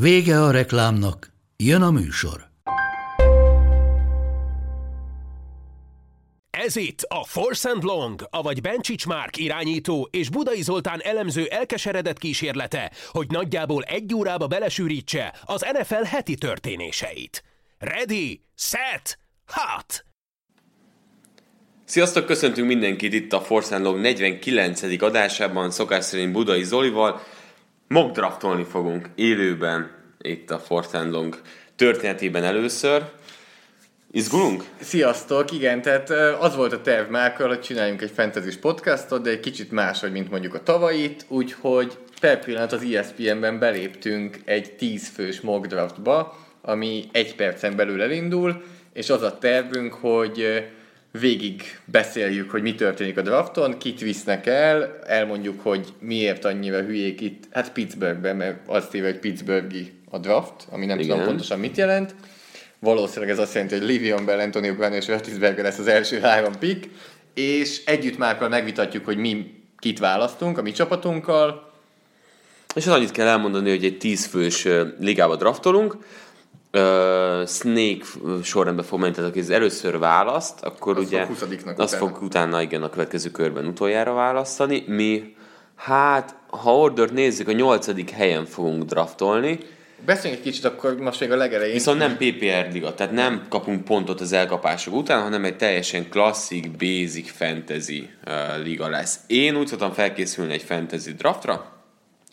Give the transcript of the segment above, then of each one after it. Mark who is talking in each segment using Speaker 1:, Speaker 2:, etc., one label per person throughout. Speaker 1: Vége a reklámnak, jön a műsor.
Speaker 2: Ez itt a Force and Long, avagy Bencsics Márk irányító és Budai Zoltán elemző elkeseredett kísérlete, hogy nagyjából egy órába belesűrítse az NFL heti történéseit. Ready, set, hot!
Speaker 3: Sziasztok, köszöntünk mindenkit itt a Force and Long 49. adásában, szokás szerint Budai Zolival. Mock draftolni fogunk élőben itt a Force and Long történetében először. Izgulunk?
Speaker 4: Sziasztok! Igen, tehát ö, az volt a terv Márkkal, hogy csináljunk egy fantasy podcastot, de egy kicsit máshogy, mint mondjuk a tavalyit, úgyhogy per pillanat az E ESPN-ben beléptünk egy 10 fős mock draftba, ami egy percen belül elindul, és az a tervünk, hogy ö, végig beszéljük, hogy mi történik a drafton, kit visznek el, elmondjuk, hogy miért annyira hülyék itt, hát Pittsburghben, mert azt hívják, hogy Pittsburghi a draft, ami nem tudom
Speaker 3: Igen.
Speaker 4: pontosan mit jelent. Valószínűleg ez azt jelenti, hogy Livion Bell, Antonio Brown és Curtis Berger lesz az első három pick, és együtt Márkkal megvitatjuk, hogy mi kit választunk a mi csapatunkkal.
Speaker 3: És az annyit kell elmondani, hogy egy 10 fős ö, ligába draftolunk. Ö, Snake ö, sorrendben fog menni, tehát aki az először választ, akkor
Speaker 4: Az
Speaker 3: ugye
Speaker 4: fog 20-diknak
Speaker 3: az
Speaker 4: utána.
Speaker 3: fog utána igen a következő körben utoljára választani. Mi hát, ha ordert nézzük, a nyolcadik helyen fogunk draftolni,
Speaker 4: Beszéljünk egy kicsit akkor most még a legelején.
Speaker 3: viszont nem PPR liga, tehát nem kapunk pontot az elkapások után, hanem egy teljesen klasszik, basic fantasy ö, liga lesz. Én úgy szoktam felkészülni egy fantasy draftra,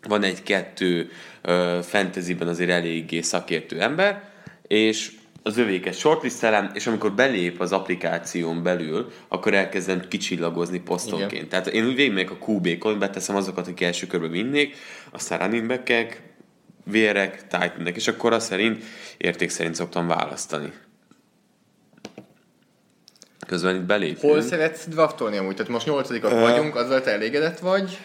Speaker 3: van egy-kettő ö, fantasyben azért eléggé szakértő ember, és az övéket shortlistelem, és amikor belép az applikáción belül, akkor elkezdem kicsillagozni posztonként.
Speaker 4: Igen.
Speaker 3: Tehát én úgy végigmegyek a QB-kon, beteszem azokat, akik első körbe vinnék, aztán running back-ek, vérek, titan és akkor azt szerint, érték szerint szoktam választani. Közben itt belépünk.
Speaker 4: Hol szeretsz draftolni amúgy? Tehát most nyolcadikak vagyunk, azzal te elégedett vagy?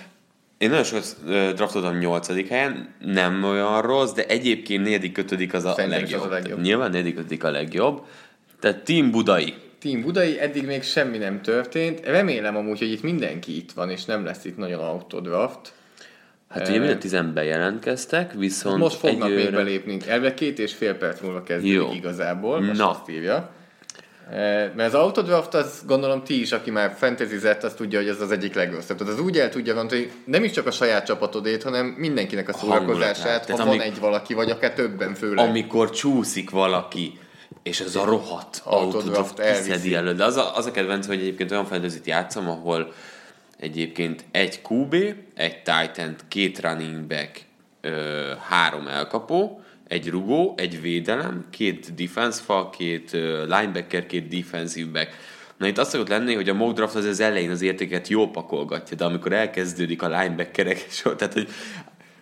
Speaker 3: Én nagyon sokat ö, draftoltam 8. helyen, nem olyan rossz, de egyébként 4. 5. az a
Speaker 4: Szerintem is
Speaker 3: legjobb.
Speaker 4: az a legjobb.
Speaker 3: Nyilván 4. 5. a legjobb. Tehát Team Budai.
Speaker 4: Team Budai, eddig még semmi nem történt. Remélem amúgy, hogy itt mindenki itt van, és nem lesz itt nagyon autodraft.
Speaker 3: Hát ugye mind a 10 bejelentkeztek, viszont
Speaker 4: Hát Most fognak még
Speaker 3: egyőre-
Speaker 4: belépni. Elvileg két és fél perc múlva kezdődik
Speaker 3: Jó.
Speaker 4: igazából, most
Speaker 3: Na.
Speaker 4: azt írja. E, Mert az autodraft, az gondolom ti is, aki már fantasyzett, az tudja, hogy ez az egyik legrosszabb. Tehát az úgy el tudja rontani, hogy nem is csak a saját csapatodét, hanem mindenkinek a
Speaker 3: hangulatát.
Speaker 4: szórakozását, ha
Speaker 3: Tehát
Speaker 4: van
Speaker 3: amik-
Speaker 4: egy valaki, vagy akár többen főleg.
Speaker 3: Amikor csúszik valaki, és ez a rohadt
Speaker 4: Autodraft
Speaker 3: autodraft
Speaker 4: elviszi.
Speaker 3: kiszedi elő. De az a, az a kedvenc, hogy egyébként olyan fantasy játszom, ahol egyébként egy QB, egy titan két running back, ö, három elkapó, egy rugó, egy védelem, két defense fal, két ö, linebacker, két defensive back. Na itt azt szokott lenni, hogy a mock draft az az elején az értéket jó pakolgatja, de amikor elkezdődik a linebackerek, sor, tehát hogy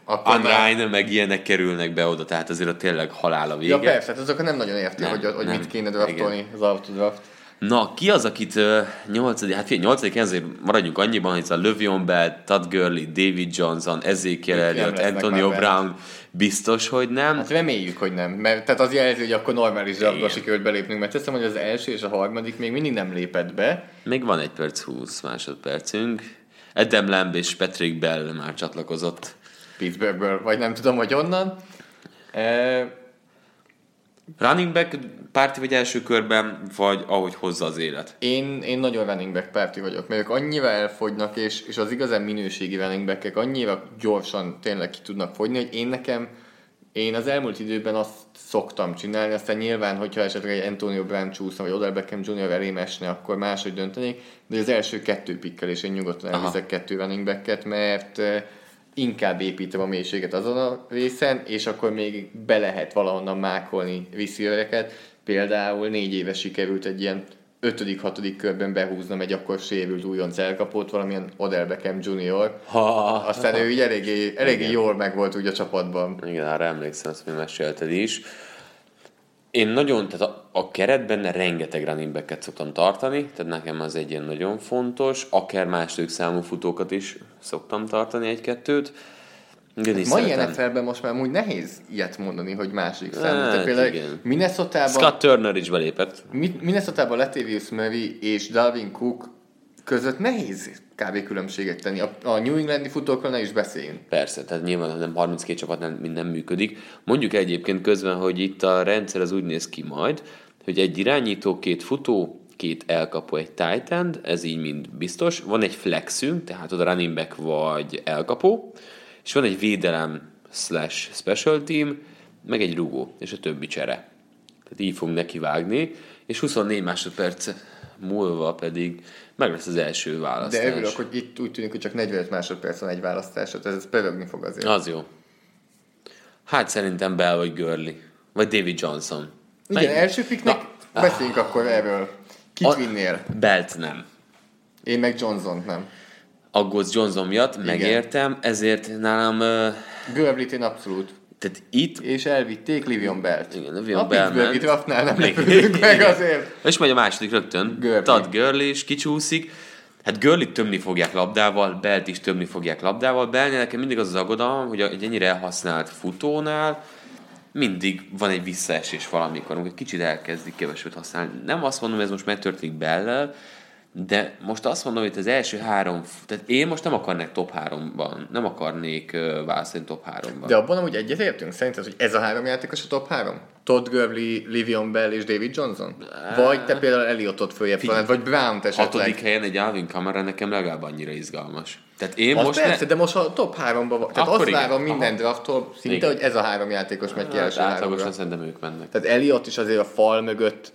Speaker 4: Akkor már-
Speaker 3: Unrein, meg ilyenek kerülnek be oda, tehát azért ott tényleg halál a vége.
Speaker 4: Ja persze, hát azok nem nagyon értik,
Speaker 3: Nem,
Speaker 4: hogy, hogy
Speaker 3: nem.
Speaker 4: mit kéne draftolni az autodraft.
Speaker 3: Na, ki az, akit ö, nyolcadik, hát figyelj, nyolcadik, ezért maradjunk annyiban, hogy ez a Lövion Bell, Todd Gurley, David Johnson, Ezekiel
Speaker 4: Nem
Speaker 3: Elliott,
Speaker 4: lesznek
Speaker 3: Antonio
Speaker 4: már
Speaker 3: Brown, biztos, hogy nem.
Speaker 4: Hát reméljük, hogy nem. Mert, tehát az jelzi, hogy akkor normális draftba sikerült belépnünk, mert teszem, hogy az első és a harmadik még mindig nem lépett be.
Speaker 3: Még van egy perc, 20 másodpercünk. Adam Lamb és Patrick Bell már csatlakozott.
Speaker 4: Pittsburghből, vagy nem tudom, hogy onnan. E,
Speaker 3: Running back párti vagy első körben, vagy ahogy hozza az élet.
Speaker 4: Én, én nagyon running back párti vagyok, mert ők annyira elfogynak, és, és az igazán minőségi running backek annyira gyorsan tényleg ki tudnak fogyni, hogy én nekem, én az elmúlt időben azt szoktam csinálni, aztán nyilván, hogyha esetleg egy Antonio Brown csúszna, vagy Odell Beckham Jr. elém esne, akkor máshogy döntenék, de az első kettő pikkel, és én nyugodtan elviszek kettő running backet, mert eh, inkább építem a mélységet azon a részen, és akkor még be lehet valahonnan mákolni viszőreket. Például négy éve sikerült egy ilyen 5.-6. körben behúznom egy akkor sérült újonc elkapót, valamilyen Odell Beckham Junior.
Speaker 3: Ha,
Speaker 4: Aztán ő így eléggé, eléggé jól meg volt úgy a csapatban.
Speaker 3: Igen, arra emlékszem, azt még mesélted is. Én nagyon, tehát a, a keretben rengeteg running back-et szoktam tartani, tehát nekem az egy ilyen nagyon fontos, akár második számú futókat is szoktam tartani egy-kettőt. Igen, is
Speaker 4: Hát Ma
Speaker 3: szeretem.
Speaker 4: ilyen ben most már úgy nehéz ilyet mondani, hogy másik számú.
Speaker 3: Hát
Speaker 4: Tehát például
Speaker 3: igen.
Speaker 4: Minnesota-ban
Speaker 3: Scott Turner is belépett.
Speaker 4: Mi- Minnesota-ban Latavius Murray és Dalvin Cook között nehéz kb. különbséget tenni. A, a New Englandi futókról ne is beszéljünk.
Speaker 3: Persze, tehát nyilván ha nem 32 csapat nem, mind nem működik. Mondjuk egyébként közben, hogy itt a rendszer az úgy néz ki majd, hogy egy irányító, két futó, két elkapó, egy tight end, ez így mind biztos. Van egy flexünk, tehát oda running back vagy elkapó, és van egy védelem slash special team, meg egy rugó, és a többi csere. Tehát így fogunk neki vágni, és 24 másodperc múlva pedig meg lesz az első választás.
Speaker 4: De örülök, hogy itt úgy tűnik, hogy csak 45 másodperc van egy választás, tehát ez pörögni fog azért.
Speaker 3: Az jó. Hát szerintem Bell vagy Görli. Vagy David Johnson.
Speaker 4: Igen, első piknek beszéljünk akkor erről. Kit
Speaker 3: A-
Speaker 4: vinnél?
Speaker 3: Belt nem.
Speaker 4: Én meg Johnson nem.
Speaker 3: Aggódsz Johnson miatt, megértem, ezért nálam... ö,
Speaker 4: Görlit én abszolút.
Speaker 3: Tehát itt...
Speaker 4: És elvitték Livion Belt.
Speaker 3: Igen, Livion
Speaker 4: a
Speaker 3: Bell
Speaker 4: Pittsburgh
Speaker 3: ment.
Speaker 4: itt rapnál nem lepődünk meg
Speaker 3: Igen.
Speaker 4: azért.
Speaker 3: És megy a második rögtön.
Speaker 4: Gurley.
Speaker 3: Tad Görli is kicsúszik. Hát Görlit tömni fogják labdával, Belt is tömni fogják labdával. Belnél nekem mindig az az aggodalom, hogy egy ennyire elhasznált futónál mindig van egy visszaesés valamikor, amikor egy kicsit elkezdik keveset használni. Nem azt mondom, hogy ez most megtörténik Bellel, de most azt mondom, hogy az első három, tehát én most nem akarnék top háromban, nem akarnék ö, választani top háromban.
Speaker 4: De abban amúgy egyetértünk? Szerinted, hogy ez a három játékos a top három? Todd Gurley, Livion Bell és David Johnson? Vagy te például Eliottot följebb talán, vagy Brown esetleg?
Speaker 3: Hatodik helyen egy Alvin Kamara nekem legalább annyira izgalmas. Tehát én
Speaker 4: Az
Speaker 3: most
Speaker 4: most
Speaker 3: ne-
Speaker 4: persze, de most a top háromban van. Tehát
Speaker 3: Akkor
Speaker 4: azt
Speaker 3: igen.
Speaker 4: várom minden
Speaker 3: Aha.
Speaker 4: drafttól szinte,
Speaker 3: Igen.
Speaker 4: hogy ez a három játékos megy ki
Speaker 3: Hát
Speaker 4: első háromra.
Speaker 3: átlagosan szerintem ők mennek.
Speaker 4: Tehát Eliott is azért a fal mögött,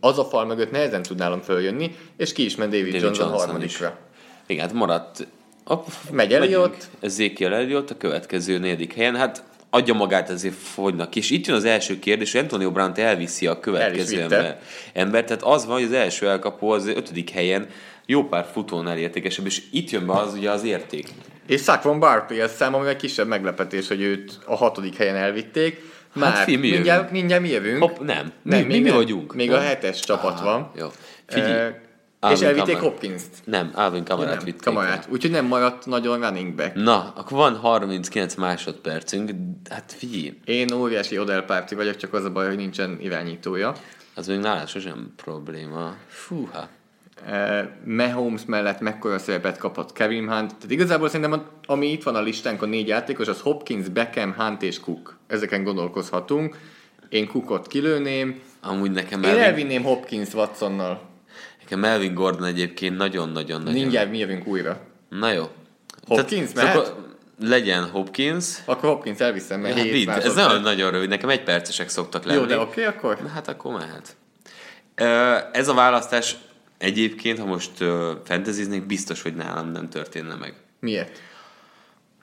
Speaker 4: az a fal mögött nehezen tud nálam följönni, és ki is ment David,
Speaker 3: David
Speaker 4: Johnson,
Speaker 3: Johnson
Speaker 4: harmadikra.
Speaker 3: Igen, hát maradt. A,
Speaker 4: Megy Elliott.
Speaker 3: Zékiel Elliott a következő negyedik helyen. Hát adja magát, ezért fogynak. És itt jön az első kérdés, hogy Antonio Brandt elviszi a következő
Speaker 4: El is vitte.
Speaker 3: ember, ember. Tehát az van, hogy az első elkapó az ötödik helyen jó pár futónál értékesebb, és itt jön be az ugye az érték.
Speaker 4: És Saquon Barkley, ez számomra egy kisebb meglepetés, hogy őt a hatodik helyen elvitték. Már
Speaker 3: Hát fi, mi
Speaker 4: mindjárt,
Speaker 3: jövünk.
Speaker 4: mindjárt mi jövünk.
Speaker 3: Hopp, nem. Mi- mi-
Speaker 4: még
Speaker 3: mi
Speaker 4: nem.
Speaker 3: vagyunk?
Speaker 4: Még
Speaker 3: Nem.
Speaker 4: a hetes csapat van.
Speaker 3: Jó.
Speaker 4: Eh,
Speaker 3: Figyelj,
Speaker 4: és
Speaker 3: Alvin
Speaker 4: elvitték
Speaker 3: Kamara.
Speaker 4: Hopkins-t.
Speaker 3: Nem, Alvin kamerát
Speaker 4: Nem,
Speaker 3: vitték. Hm.
Speaker 4: kamarát. Úgyhogy nem maradt nagyon running back.
Speaker 3: Na, akkor van 39 másodpercünk. Hát figyelj,
Speaker 4: Én óriási Odell párti vagyok, csak az a baj, hogy nincsen irányítója.
Speaker 3: az még nálam sosem probléma. hát, Fúha.
Speaker 4: Eh, Mahomes mellett mekkora szerepet kapott Kevin Hunt. Tehát igazából szerintem a- ami itt van a listánkon négy játékos, az Hopkins, Beckham, Hunt és Cook. Ezeken gondolkozhatunk. Én Cookot kilőném.
Speaker 3: Amúgy nekem
Speaker 4: Én
Speaker 3: Melvin,
Speaker 4: elvinném Hopkins Watsonnal.
Speaker 3: nekem Melvin Gordon egyébként nagyon-nagyon nagyon.
Speaker 4: Mindjárt mi jövünk újra.
Speaker 3: Na jó.
Speaker 4: Hopkins
Speaker 3: Tehát-
Speaker 4: mehet?
Speaker 3: akkor legyen Hopkins.
Speaker 4: Akkor Hopkins elviszem, mert
Speaker 3: Hát
Speaker 4: hét
Speaker 3: vidd, ez
Speaker 4: másodperc.
Speaker 3: nagyon, nagyon rövid, nekem egy percesek szoktak lenni.
Speaker 4: Jó, de oké, okay, akkor?
Speaker 3: Na hát akkor mehet. Ö, Ez a választás egyébként, ha most ö, fantasyznék, biztos, hogy nálam nem történne meg.
Speaker 4: Miért?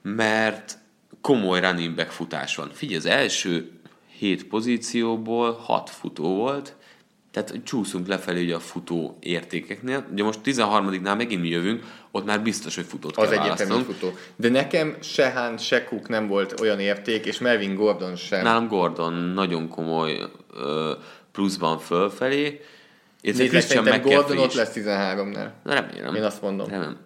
Speaker 3: mert komoly running back futás van. Figyelj, az első hét pozícióból hat futó volt, tehát csúszunk lefelé ugye a futó értékeknél. Ugye most 13-nál megint mi jövünk, ott már biztos, hogy futót kell
Speaker 4: Az egyértelmű
Speaker 3: választanunk.
Speaker 4: futó. De nekem se Hunt, se Cook nem volt olyan érték, és Melvin Gordon sem.
Speaker 3: Nálam Gordon nagyon komoly ö, pluszban fölfelé, illetve
Speaker 4: Nézzük,
Speaker 3: Christian
Speaker 4: szerintem Gordon
Speaker 3: McCaffrey
Speaker 4: ott
Speaker 3: is.
Speaker 4: lesz 13-nál.
Speaker 3: Na, Remélem.
Speaker 4: Én azt mondom.
Speaker 3: Remélem.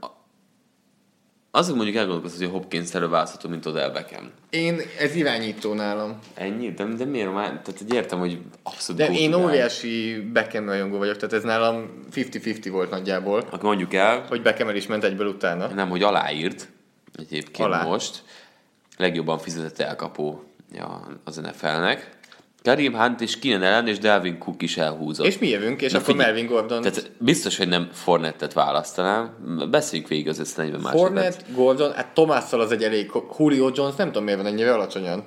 Speaker 3: Azok mondjuk elgondolkozhat, hogy Hopkins előválasztható, mint Odell Beckham.
Speaker 4: Én, ez irányító nálam.
Speaker 3: Ennyi? De, de miért már? Tehát hogy értem, hogy abszolút
Speaker 4: De én
Speaker 3: kultúrál.
Speaker 4: óriási Beckham rajongó vagyok, tehát ez nálam 50-50 volt nagyjából,
Speaker 3: Akkor mondjuk el,
Speaker 4: hogy Beckham el is ment egyből utána.
Speaker 3: nem, hogy aláírt egyébként
Speaker 4: Alá.
Speaker 3: Alá. most. Legjobban fizetett elkapó ja, az NFL-nek. Karim Hunt és Keenan ellen, és Delvin Cook is elhúzott.
Speaker 4: És mi jövünk, és
Speaker 3: Na
Speaker 4: akkor
Speaker 3: figyelj,
Speaker 4: Melvin Gordon.
Speaker 3: Tehát biztos, hogy nem Fornettet választanám. Beszéljünk végig az össze 40 másodperc.
Speaker 4: Hornet, Gordon, hát Tomásszal az egy elég, Julio Jones nem tudom miért van ennyire alacsonyan.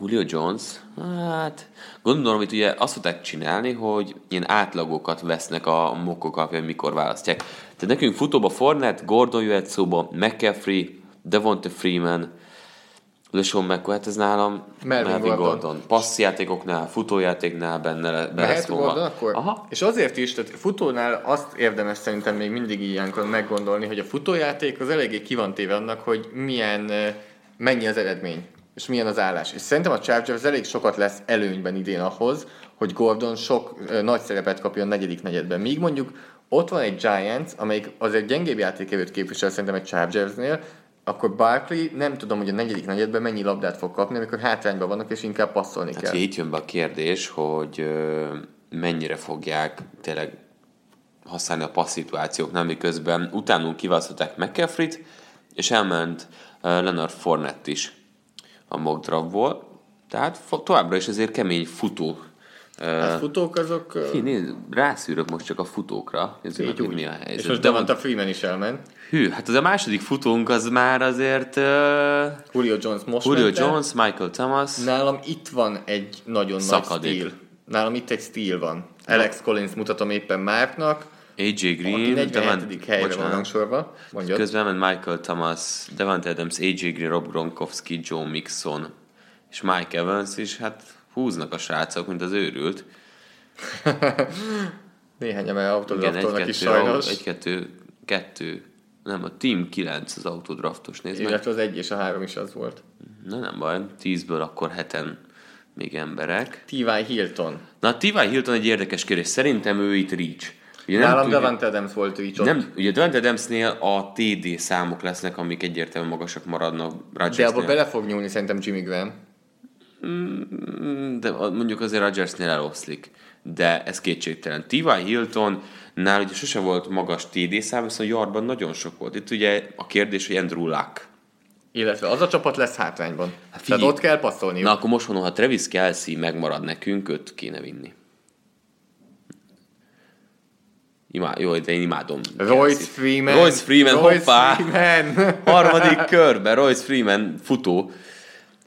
Speaker 3: Julio Jones, hát gondolom, hogy ugye azt szokták csinálni, hogy ilyen átlagokat vesznek a mokok alapján, mikor választják. Tehát nekünk futóba Fornet, Gordon jöhet szóba, McCaffrey, Devonta Freeman, LeSean McCoy, hát ez nálam
Speaker 4: Melvin
Speaker 3: Melvin, Melvin
Speaker 4: Gordon.
Speaker 3: Gordon. Gordon. Passzjátékoknál, futójátéknál benne le-
Speaker 4: Lehet
Speaker 3: beleszólva.
Speaker 4: Gordon akkor?
Speaker 3: Aha.
Speaker 4: És azért is, tehát futónál azt érdemes szerintem még mindig ilyenkor meggondolni, hogy a futójáték az eléggé ki van téve annak, hogy milyen, ö, mennyi az eredmény, és milyen az állás. És szerintem a Chargers elég sokat lesz előnyben idén ahhoz, hogy Gordon sok ö, nagy szerepet kapjon a negyedik negyedben. Míg mondjuk ott van egy Giants, amelyik azért gyengébb játékevőt képvisel szerintem egy Chargersnél, akkor Barkley nem tudom, hogy a negyedik negyedben mennyi labdát fog kapni, amikor hátrányban vannak, és inkább passzolni
Speaker 3: Hát
Speaker 4: kell.
Speaker 3: ugye itt jön be a kérdés, hogy ö, mennyire fogják tényleg használni a passz szituációknál, miközben utánunk kiválasztották McCaffrey-t, és elment ö, Leonard Fournette is a mock draftból. Tehát fo- továbbra is azért kemény futó.
Speaker 4: Hát futók azok... ö,
Speaker 3: Ki, nézd, rászűrök most csak a futókra, nézzük meg,
Speaker 4: Így
Speaker 3: hogy
Speaker 4: úgy.
Speaker 3: mi a helyzet.
Speaker 4: És most
Speaker 3: De
Speaker 4: Devonta Freeman is elment.
Speaker 3: Hű, hát az a második futónk az már azért uh,
Speaker 4: Julio Jones most
Speaker 3: Julio
Speaker 4: ment el.
Speaker 3: Jones, Michael Thomas.
Speaker 4: Nálam itt van egy nagyon
Speaker 3: Szakadék.
Speaker 4: nagy stíl. Nálam itt egy stíl van. Alex Collins mutatom éppen Márknak,
Speaker 3: AJ
Speaker 4: aki
Speaker 3: Green,
Speaker 4: 47. helyre van
Speaker 3: bocsánat.
Speaker 4: rangsorva. Mondjad.
Speaker 3: Közben ment Michael Thomas, Devante Adams, AJ Green, Rob Gronkowski, Joe Mixon és Mike Evans is, hát húznak a srácok, mint az őrült.
Speaker 4: Néhány emel
Speaker 3: Igen,
Speaker 4: autodraftolnak is
Speaker 3: egy-kettő, au-
Speaker 4: sajnos.
Speaker 3: egy-kettő, kettő, nem, a Team 9 az autodraftos, nézd meg.
Speaker 4: Illetve az egy és a három is az volt.
Speaker 3: Na nem baj, 10-ből akkor heten még emberek.
Speaker 4: T.Y. Hilton.
Speaker 3: Na, T.Y. Hilton egy érdekes kérdés, szerintem ő itt reach. Ugye nem
Speaker 4: Nálam
Speaker 3: tudja-
Speaker 4: Davante Adams volt így ott.
Speaker 3: Nem, ugye Devante Adamsnél a TD számok lesznek, amik egyértelműen magasak maradnak
Speaker 4: De abba
Speaker 3: Rodgersnél.
Speaker 4: bele fog nyúlni szerintem Jimmy Graham.
Speaker 3: de a- mondjuk azért Rodgersnél eloszlik. De ez kétségtelen. T.Y. Hilton nál ugye sose volt magas TD szám, viszont yardban nagyon sok volt. Itt ugye a kérdés, hogy Andrew Luck.
Speaker 4: Illetve az a csapat lesz hátrányban. Tehát
Speaker 3: Hát figyelj.
Speaker 4: ott kell passzolniuk.
Speaker 3: Na akkor most mondom, ha Travis Kelsey megmarad nekünk, őt kéne vinni. Imá, jó, de én imádom.
Speaker 4: Royce
Speaker 3: Kelsey-t.
Speaker 4: Freeman.
Speaker 3: Royce Freeman,
Speaker 4: Royce
Speaker 3: hoppá!
Speaker 4: Freeman.
Speaker 3: Harmadik körben Royce Freeman futó.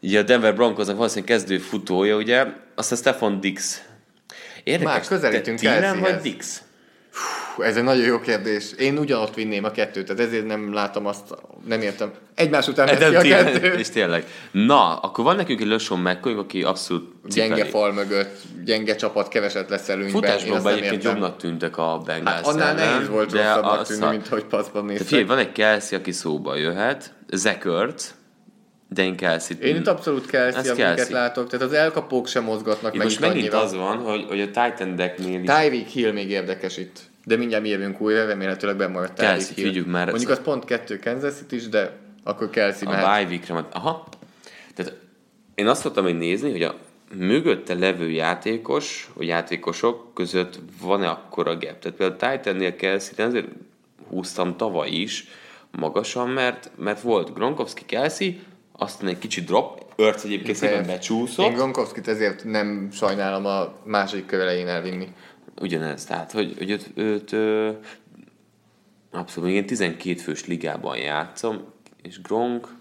Speaker 3: Ugye a Denver Broncosnak valószínűleg kezdő futója, ugye? Aztán Stefan Dix. Érdekes.
Speaker 4: Már közelítünk
Speaker 3: te Thielen
Speaker 4: Kelseyhez.
Speaker 3: vagy Dix?
Speaker 4: Fú, Ez egy nagyon jó kérdés. Én ugyanott vinném a kettőt, tehát ezért nem látom azt, nem értem. Egymás után veszi a
Speaker 3: Adam Thielen, és
Speaker 4: kettőt.
Speaker 3: tényleg. Na, akkor van nekünk egy Löson McCoy, aki abszolút cipeli.
Speaker 4: Gyenge fal mögött, gyenge csapat, keveset lesz előnyben. Én azt
Speaker 3: Futásban
Speaker 4: nem
Speaker 3: egyébként
Speaker 4: értem.
Speaker 3: jobbnak tűntek a Bengals
Speaker 4: Hát annál
Speaker 3: ellen,
Speaker 4: nehéz volt
Speaker 3: de
Speaker 4: rosszabbnak
Speaker 3: azt
Speaker 4: tűnni,
Speaker 3: a-
Speaker 4: mint hogy paszban
Speaker 3: De Figyelj,
Speaker 4: néztek.
Speaker 3: van egy Kelsey, aki szóba jöhet, Zekert, de én Kelsey-t
Speaker 4: Én itt abszolút
Speaker 3: Ez
Speaker 4: Kelsey, amiket
Speaker 3: Kelsey.
Speaker 4: látok. Tehát az elkapók sem mozgatnak
Speaker 3: Itt
Speaker 4: meg
Speaker 3: most
Speaker 4: itt
Speaker 3: megint
Speaker 4: annyira.
Speaker 3: az van, hogy, hogy a Titan decknél is
Speaker 4: Tyreek Hill még érdekes itt. De mindjárt mi jövünk újra, remélhetőleg bemaradt Tyreek
Speaker 3: Kelsey,
Speaker 4: Hill.
Speaker 3: figyük már.
Speaker 4: Mondjuk az pont kettő Kansas City is, de akkor Kelsey mehet.
Speaker 3: a bye week-re ment. hát, Aha. Tehát én azt szoktam még nézni, hogy a mögötte levő játékos, vagy játékosok között van-e akkora gap. Tehát például Titannél Kelsey, azért húztam tavaly is magasan, mert, mert volt Gronkowski Kelsey, aztán egy kicsi drop, Örc egyébként szépen
Speaker 4: Én
Speaker 3: becsúszott.
Speaker 4: Gronkowskit ezért nem sajnálom a második kör elején elvinni.
Speaker 3: Ugyanez, tehát, hogy, hogy őt, őt ö, abszolút, még én 12 fős ligában játszom, és Gronk,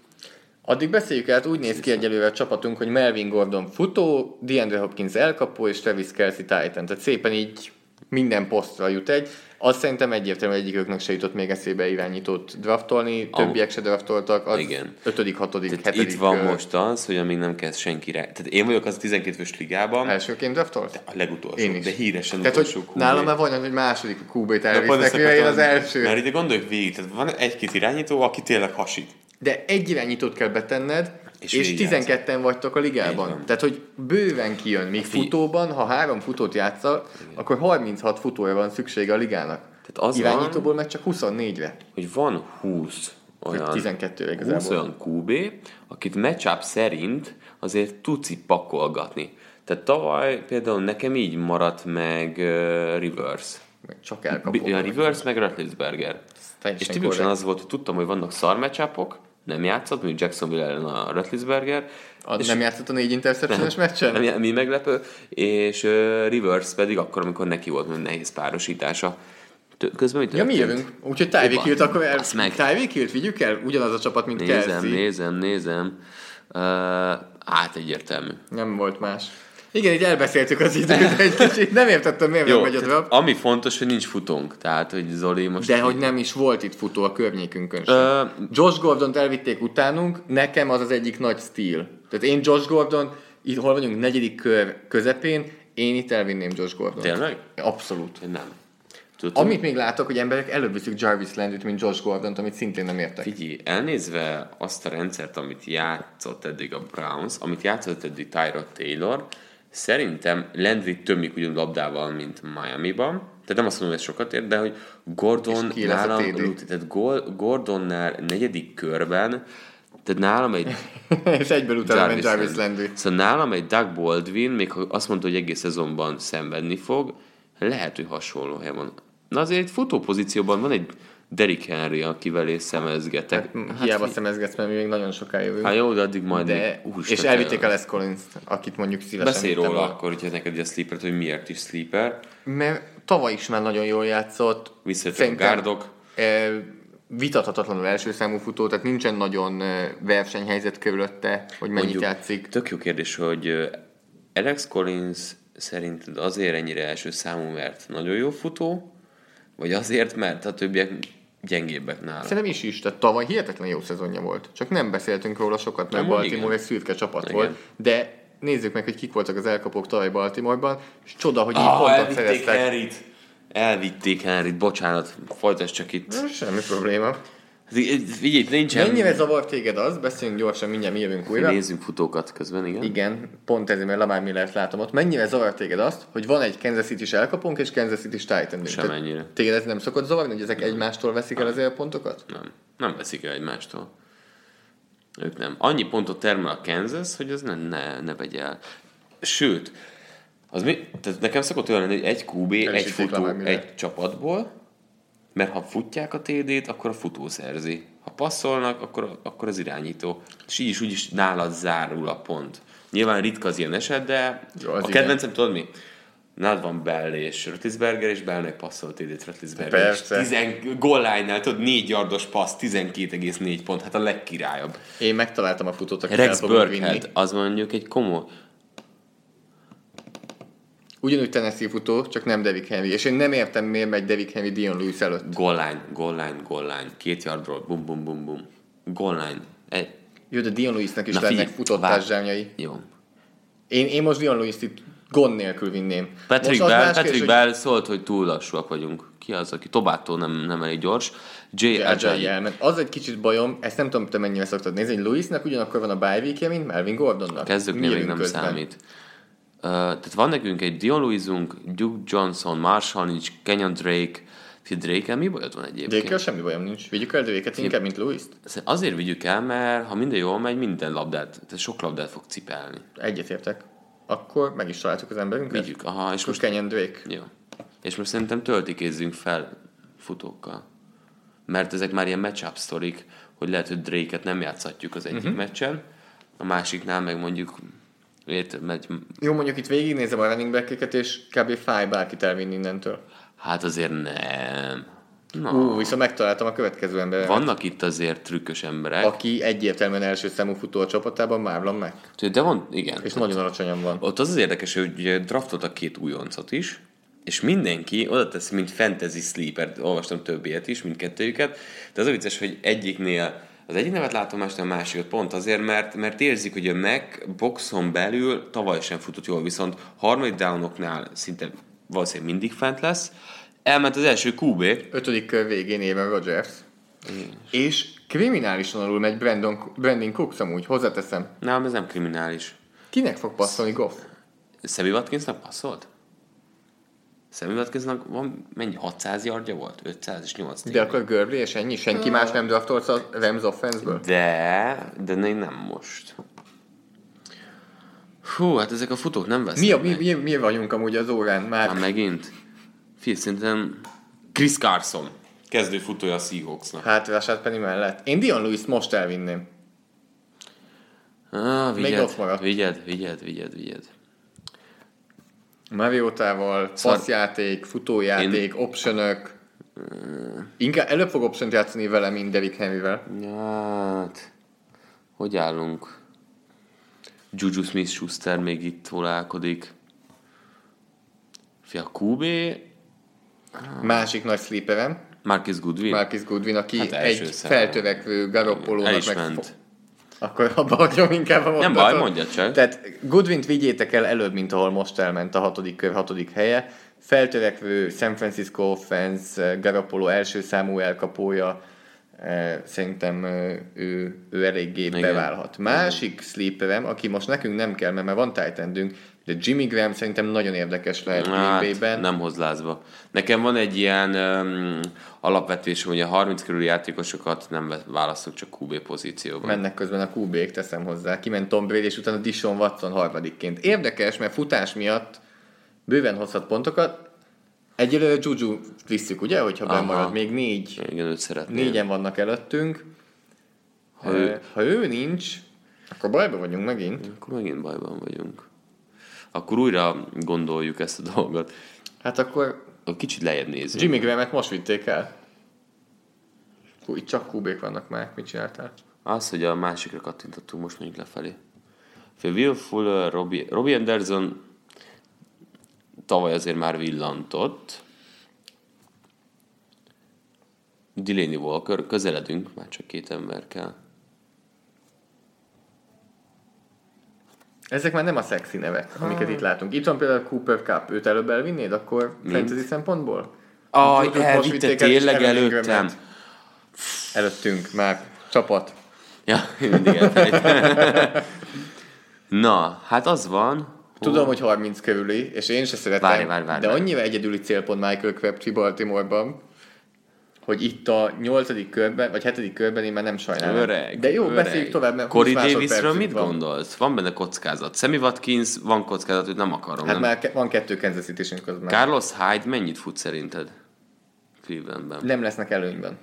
Speaker 4: Addig beszéljük el, hát úgy néz ki egyelőre a csapatunk, hogy Melvin Gordon futó, DeAndre Hopkins elkapó és Travis Kelsey Titan. Tehát szépen így minden posztra jut egy. Azt szerintem egyértelműen egyikőknek se jutott még eszébe irányítót draftolni, többiek se draftoltak, az
Speaker 3: Igen.
Speaker 4: ötödik, hatodik,
Speaker 3: Tehát
Speaker 4: hetedik
Speaker 3: itt van
Speaker 4: ö,
Speaker 3: most az, hogy amíg nem kezd senki rá. Tehát én vagyok az a 12 fős ligában,
Speaker 4: Elsőként draftolt?
Speaker 3: a legutolsó,
Speaker 4: Én is.
Speaker 3: de híresen
Speaker 4: Tehát,
Speaker 3: utolsó
Speaker 4: hogy
Speaker 3: QB.
Speaker 4: nálam már van, hogy második QB-t
Speaker 3: De pont
Speaker 4: elvisznek,
Speaker 3: ezt
Speaker 4: mivel én az
Speaker 3: akartam,
Speaker 4: első.
Speaker 3: Mert ide gondoljuk végig, tehát van egy-két irányító, aki tényleg hasít.
Speaker 4: De egy irányítót kell betenned, és,
Speaker 3: És
Speaker 4: és
Speaker 3: végig
Speaker 4: 12-en vagytok a
Speaker 3: Így
Speaker 4: ligában.
Speaker 3: van. Hát
Speaker 4: Tehát, hogy bőven kijön. Míg futóban, ha három futót játszal, akkor 36 futója van szüksége a ligának.
Speaker 3: Tehát az
Speaker 4: Irányítóból meg csak 24-re.
Speaker 3: hogy van 20 olyan,
Speaker 4: 12 igazából.
Speaker 3: 20 olyan QB, akit matchup szerint azért tuci pakolgatni. Tehát tavaly például nekem így maradt meg uh, Reverse.
Speaker 4: Meg Csak elkapó.
Speaker 3: Ja, Reverse meg Rattlesberger. És
Speaker 4: teljesen
Speaker 3: tipikusan
Speaker 4: korrekt.
Speaker 3: az volt, hogy tudtam, hogy vannak szarmecsapok, nem játszott, mondjuk Jacksonville ellen a Rattlesberger,
Speaker 4: A, nem játszott a négy intercepciós meccsen?
Speaker 3: ami, ami meglepő, és uh, Reverse pedig akkor, amikor neki volt mondjuk nehéz párosítása. Tö- Közben mi
Speaker 4: Ja,
Speaker 3: történt?
Speaker 4: mi jövünk. Úgyhogy Tyreek
Speaker 3: Hova?
Speaker 4: Hill-t akkor el...
Speaker 3: Azt meg.
Speaker 4: Tyreek Hill-t vigyük el? Ugyanaz a csapat, mint
Speaker 3: Nézem,
Speaker 4: Kelsey.
Speaker 3: nézem, nézem. Uh, hát egyértelmű.
Speaker 4: Nem volt más. Igen, így elbeszéltük az időt egy kicsit. Nem értettem, miért nem
Speaker 3: Jó,
Speaker 4: megy
Speaker 3: tehát
Speaker 4: oda.
Speaker 3: ami fontos, hogy nincs futónk. Tehát, hogy Zoli most...
Speaker 4: De hogy nem is volt itt futó a környékünkön sem.
Speaker 3: Ö,
Speaker 4: Josh Gordont elvitték utánunk, nekem az az egyik nagy stíl. Tehát én Josh Gordon, itt hol vagyunk, negyedik kör közepén, én itt elvinném Josh Gordon.
Speaker 3: Tényleg?
Speaker 4: Abszolút.
Speaker 3: Én nem. Tudod,
Speaker 4: Amit még látok, hogy emberek előbb viszik Jarvis Landryt, mint Josh Gordont, amit szintén nem értek.
Speaker 3: Figyelj, elnézve azt a rendszert, amit játszott eddig a Browns, amit játszott eddig Tyrod Taylor, szerintem Landry tömik ugyan labdával, mint Miami-ban. Tehát nem azt mondom, hogy ez sokat ér, de hogy Gordon
Speaker 4: És ki lesz a
Speaker 3: nálam,
Speaker 4: TD?
Speaker 3: Luti, tehát Gol- Gordonnál negyedik körben, tehát nálam egy
Speaker 4: És egyből utána ment Jarvis Landry.
Speaker 3: Szóval nálam egy Doug Baldwin, még ha azt mondta, hogy egész szezonban szenvedni fog, lehet, hogy hasonló helyen van. Na azért egy futópozícióban van egy Derrick Henry, akivel én szemezgetek.
Speaker 4: Hát, Hiába fi... szemezgetsz, mert mi még nagyon soká jövünk.
Speaker 3: Hát jó, de addig majd
Speaker 4: de,
Speaker 3: még-
Speaker 4: és
Speaker 3: Úristen,
Speaker 4: elvitték
Speaker 3: tényleg.
Speaker 4: a Les collins akit mondjuk szívesen
Speaker 3: Beszélj
Speaker 4: vittem
Speaker 3: róla
Speaker 4: volna.
Speaker 3: akkor, hogyha neked a sleeper hogy miért is sleeper.
Speaker 4: Mert tavaly is már nagyon jól játszott.
Speaker 3: Visszajöttek a
Speaker 4: Szerintem,
Speaker 3: gárdok.
Speaker 4: eh, vitathatatlanul első számú futó, tehát nincsen nagyon eh, versenyhelyzet körülötte, hogy mennyit
Speaker 3: Mondjuk,
Speaker 4: játszik.
Speaker 3: Tök jó kérdés, hogy ö, Alex Collins szerinted azért ennyire első számú, mert nagyon jó futó, vagy azért, mert a többiek gyengébbek nála.
Speaker 4: Szerintem is is, tehát tavaly hihetetlen jó szezonja volt. Csak nem beszéltünk róla sokat, mert
Speaker 3: Amúgy
Speaker 4: Baltimore
Speaker 3: igen.
Speaker 4: egy szürke csapat
Speaker 3: Igen.
Speaker 4: volt, de nézzük meg, hogy kik voltak az elkapók tavaly Baltimoreban, és csoda, hogy így
Speaker 3: Ah,
Speaker 4: pontot
Speaker 3: elvitték
Speaker 4: szereztek.
Speaker 3: Henryt. Elvitték Henryt, bocsánat, folytasd csak itt.
Speaker 4: Semmi probléma.
Speaker 3: Figyelj, nincsen...
Speaker 4: Mennyire zavar téged az? Beszéljünk gyorsan, mindjárt mi jövünk újra.
Speaker 3: Nézzünk futókat közben, igen.
Speaker 4: Igen, pont ezért, mert Lamar Millert látom ott. Mennyire zavar téged azt, hogy van egy Kansas City-s elkapónk és Kansas City-s titan
Speaker 3: Semennyire.
Speaker 4: Téged ez nem szokott zavarni, hogy ezek egymástól veszik el az élpontokat?
Speaker 3: Nem, nem veszik el egymástól. Ők nem. Annyi pontot termel a Kansas, hogy az ne, ne, ne vegye el. Sőt, az mi, tehát nekem szokott olyan lenni, hogy egy QB, egy
Speaker 4: Teljesítik
Speaker 3: futó,
Speaker 4: Lamar Millert.
Speaker 3: egy csapatból, mert ha futják a TD-t, akkor a futó szerzi. Ha passzolnak, akkor, akkor az irányító. És így is, úgy is nálad zárul a pont. Nyilván ritka az ilyen eset, de
Speaker 4: Jó, az
Speaker 3: a
Speaker 4: igen.
Speaker 3: kedvencem, tudod mi? Nálad van Bell és Rötlisberger, és Bellnek passzol TD-t Rötlisberger.
Speaker 4: Persze.
Speaker 3: 10 goal line-nál, tudod, 4 yardos passz, 12,4 pont, hát a legkirályabb.
Speaker 4: Én megtaláltam a futót, akit el
Speaker 3: Rex
Speaker 4: fogunk vinni.
Speaker 3: Burkhead, az mondjuk egy komoly...
Speaker 4: Ugyanúgy Tennessee futó, csak nem Devik Henry. És én nem értem, miért megy Devik Henry Dion Lewis előtt.
Speaker 3: Goal line, goal line, goal line, két yardról, bum, bum, bum, bum. Goal line. Egy,
Speaker 4: Jó, de Dion Lewisnek is
Speaker 3: Na
Speaker 4: lennek
Speaker 3: figyelj,
Speaker 4: futottás
Speaker 3: vár.
Speaker 4: zsámjai.
Speaker 3: jó. Patrick
Speaker 4: Én, én most Dion Lewis-t itt gond nélkül vinném. most az
Speaker 3: Bell,
Speaker 4: más
Speaker 3: Patrick
Speaker 4: kérdés, hogy-
Speaker 3: Bell szólt, hogy túl lassúak vagyunk. Ki az, aki Tobától nem, nem elég gyors? Jay
Speaker 4: Ajayi
Speaker 3: Ajayi.
Speaker 4: elment. Az egy kicsit bajom, ezt nem tudom, te mennyire szoktad nézni, hogy Lewisnek ugyanakkor van a bye weekje, mint Melvin Gordonnak.
Speaker 3: Kezdőknél még
Speaker 4: Nyilván
Speaker 3: nem
Speaker 4: közben.
Speaker 3: számít. Ö, tehát van nekünk egy Dion Lewisunk, Duke Johnson, Marshall nincs, Kenyon Drake. Fi Drake-el mi bajod van egyébként?
Speaker 4: Drake-kel semmi bajom nincs. Vigyük el Drake-et inkább, mint Lewis-t.
Speaker 3: Szerintem Azért vigyük el, mert ha minden jól megy, minden labdát, tehát sok labdát fog cipelni.
Speaker 4: Egyetértek. Akkor meg is találtuk az emberünket.
Speaker 3: Vigyük, aha, és
Speaker 4: És most
Speaker 3: most...
Speaker 4: Kenyon Drake.
Speaker 3: Jó. És most szerintem töltikézzünk fel futókkal. Mert ezek már ilyen matchup sztorik, hogy lehet, hogy Drake-et nem játszhatjuk az
Speaker 4: Mhm.
Speaker 3: egyik meccsen, a másiknál meg mondjuk érted, mert
Speaker 4: Jó, mondjuk itt végignézem a running back és kb. fáj bárkit elvinni innentől.
Speaker 3: hát azért nem. Na,
Speaker 4: Ú, viszont megtaláltam a következő embert,
Speaker 3: vannak itt azért trükkös emberek.
Speaker 4: aki egyértelműen első számú futó a csapatában, Marlon meg.
Speaker 3: De van, igen.
Speaker 4: És nagyon alacsonyan van.
Speaker 3: Ott az az érdekes, hogy ugye draftoltak két újoncot is, és mindenki oda tesz, mint fantasy sleeper, olvastam több ilyet is, mindkettőjüket, de az a vicces, hogy egyiknél az egyik nevet látom, másnál a másikat pont azért, mert, mert érzik, hogy a Mac boxon belül tavaly sem futott jól, viszont harmadik downoknál szinte valószínűleg mindig fent lesz, elment az első QB,
Speaker 4: Ötödik kör végén éven Rodgers. És kriminálisan alul megy Brandon, Brandon Cooks amúgy, hozzáteszem.
Speaker 3: nálam ez nem kriminális.
Speaker 4: Kinek fog passzolni Goff?
Speaker 3: Sammy Watkinsnak passzolt? Sammy Watkinsnak van mennyi? 600 yardja volt? 500 és 8
Speaker 4: De akkor Görli és ennyi? Senki más nem draftolsz a Rams offense
Speaker 3: De, de még nem most. Hú, hát ezek a futók nem vesznek
Speaker 4: mi, a, mi,
Speaker 3: meg.
Speaker 4: mi, mi, vagyunk amúgy az órán már?
Speaker 3: Már megint. Figyelj, szerintem Chris Carson kezdő futója a Seahawksnak.
Speaker 4: Hát Rashad Penny mellett. Én Dion Lewis most elvinném.
Speaker 3: Ah,
Speaker 4: ott
Speaker 3: vigyed,
Speaker 4: maradt.
Speaker 3: vigyed, vigyed, vigyed, vigyed.
Speaker 4: Mariotával, passzjáték, futójáték, Én... optionök. Inkább előbb fog optiont játszani vele, mint Devik Henryvel.
Speaker 3: Hát, hogy állunk? Juju Smith-Schuster még itt volálkodik. Fia, QB,
Speaker 4: Másik nagy sleeperem,
Speaker 3: Marcus Goodwin.
Speaker 4: Marcus Goodwin, aki
Speaker 3: Hát
Speaker 4: hát
Speaker 3: első
Speaker 4: egy
Speaker 3: számú.
Speaker 4: feltövekvő
Speaker 3: El
Speaker 4: garopolónak
Speaker 3: is
Speaker 4: meg...
Speaker 3: ment.
Speaker 4: Akkor abba hagyom inkább a
Speaker 3: Nem
Speaker 4: mondatot.
Speaker 3: baj, mondja csak.
Speaker 4: Tehát Goodwint vigyétek el előbb, mint ahol most elment a hatodik kör, hatodik helye. Feltörekvő San Francisco offense, eh, Garoppolo első számú elkapója, eh, szerintem eh, ő, ő eléggé Igen. beválhat. Másik sleeperem, aki most nekünk nem kell, mert már van tight endünk, de Jimmy Graham szerintem nagyon érdekes lehet Green Bay-ben.
Speaker 3: Hát, nem hoz lázba. Nekem van egy ilyen um, alapvetés, hogy a 30 körüli játékosokat nem ve- választok csak QB pozícióban.
Speaker 4: Mennek közben a QB-k, teszem hozzá. Kiment Tom Brady, és utána Dishon Watson harmadikként. Érdekes, mert futás miatt bőven hozhat pontokat. Egyelőre Juju visszük, ugye, hogyha
Speaker 3: Aha.
Speaker 4: bemarad. Még négy,
Speaker 3: Igen, őt szeretném.
Speaker 4: négyen vannak előttünk.
Speaker 3: Ha
Speaker 4: Ha,
Speaker 3: ő-
Speaker 4: ő, ha ő nincs, akkor bajba vagyunk megint.
Speaker 3: Akkor megint bajban vagyunk. Akkor újra gondoljuk ezt a dolgot.
Speaker 4: Hát akkor
Speaker 3: Kicsit lejjebb nézünk.
Speaker 4: Jimmy Graham-et most vitték el. Hú, itt csak QB-k vannak már. Mit csináltál?
Speaker 3: Az, hogy a másikra kattintottunk, most menjünk lefelé. Fél Will Fuller, Robbie, Robbie Anderson tavaly azért már villantott. Delaney Walker, közeledünk, már csak két ember kell.
Speaker 4: Ezek már nem a szexi nevek, amiket itt látunk. Itt van például Cooper Cup. Őt előbb elvinnéd, akkor fantasy szempontból?
Speaker 3: Aj,
Speaker 4: Tudod, most
Speaker 3: elvitte
Speaker 4: vitték el, és
Speaker 3: tényleg
Speaker 4: Evelyn
Speaker 3: előttem.
Speaker 4: Graham-et. Előttünk már csapat.
Speaker 3: Ja, én mindig elfelejtem. Na, hát az van,
Speaker 4: Tudom, hogy 30 körüli, és én se szeretem,
Speaker 3: Várj, várj, várj,
Speaker 4: de
Speaker 3: várj.
Speaker 4: annyira egyedüli célpont Michael Crabtree Baltimoreban, hogy itt a nyolcadik körben, vagy hetedik körben én már nem sajnálom.
Speaker 3: Öreg,
Speaker 4: de jó,
Speaker 3: öreg.
Speaker 4: beszéljük tovább, mert 20
Speaker 3: Corey Davisről
Speaker 4: másodpercünk
Speaker 3: mit
Speaker 4: van. Hát
Speaker 3: gondolsz? Van benne kockázat. Sammy Watkins, van kockázat, hogy nem akarom.
Speaker 4: Hát
Speaker 3: nem?
Speaker 4: már ke- van kettő Kansas city közben. Kár...
Speaker 3: Carlos Hyde mennyit fut szerinted Clevelandben?
Speaker 4: Nem lesznek előnyben.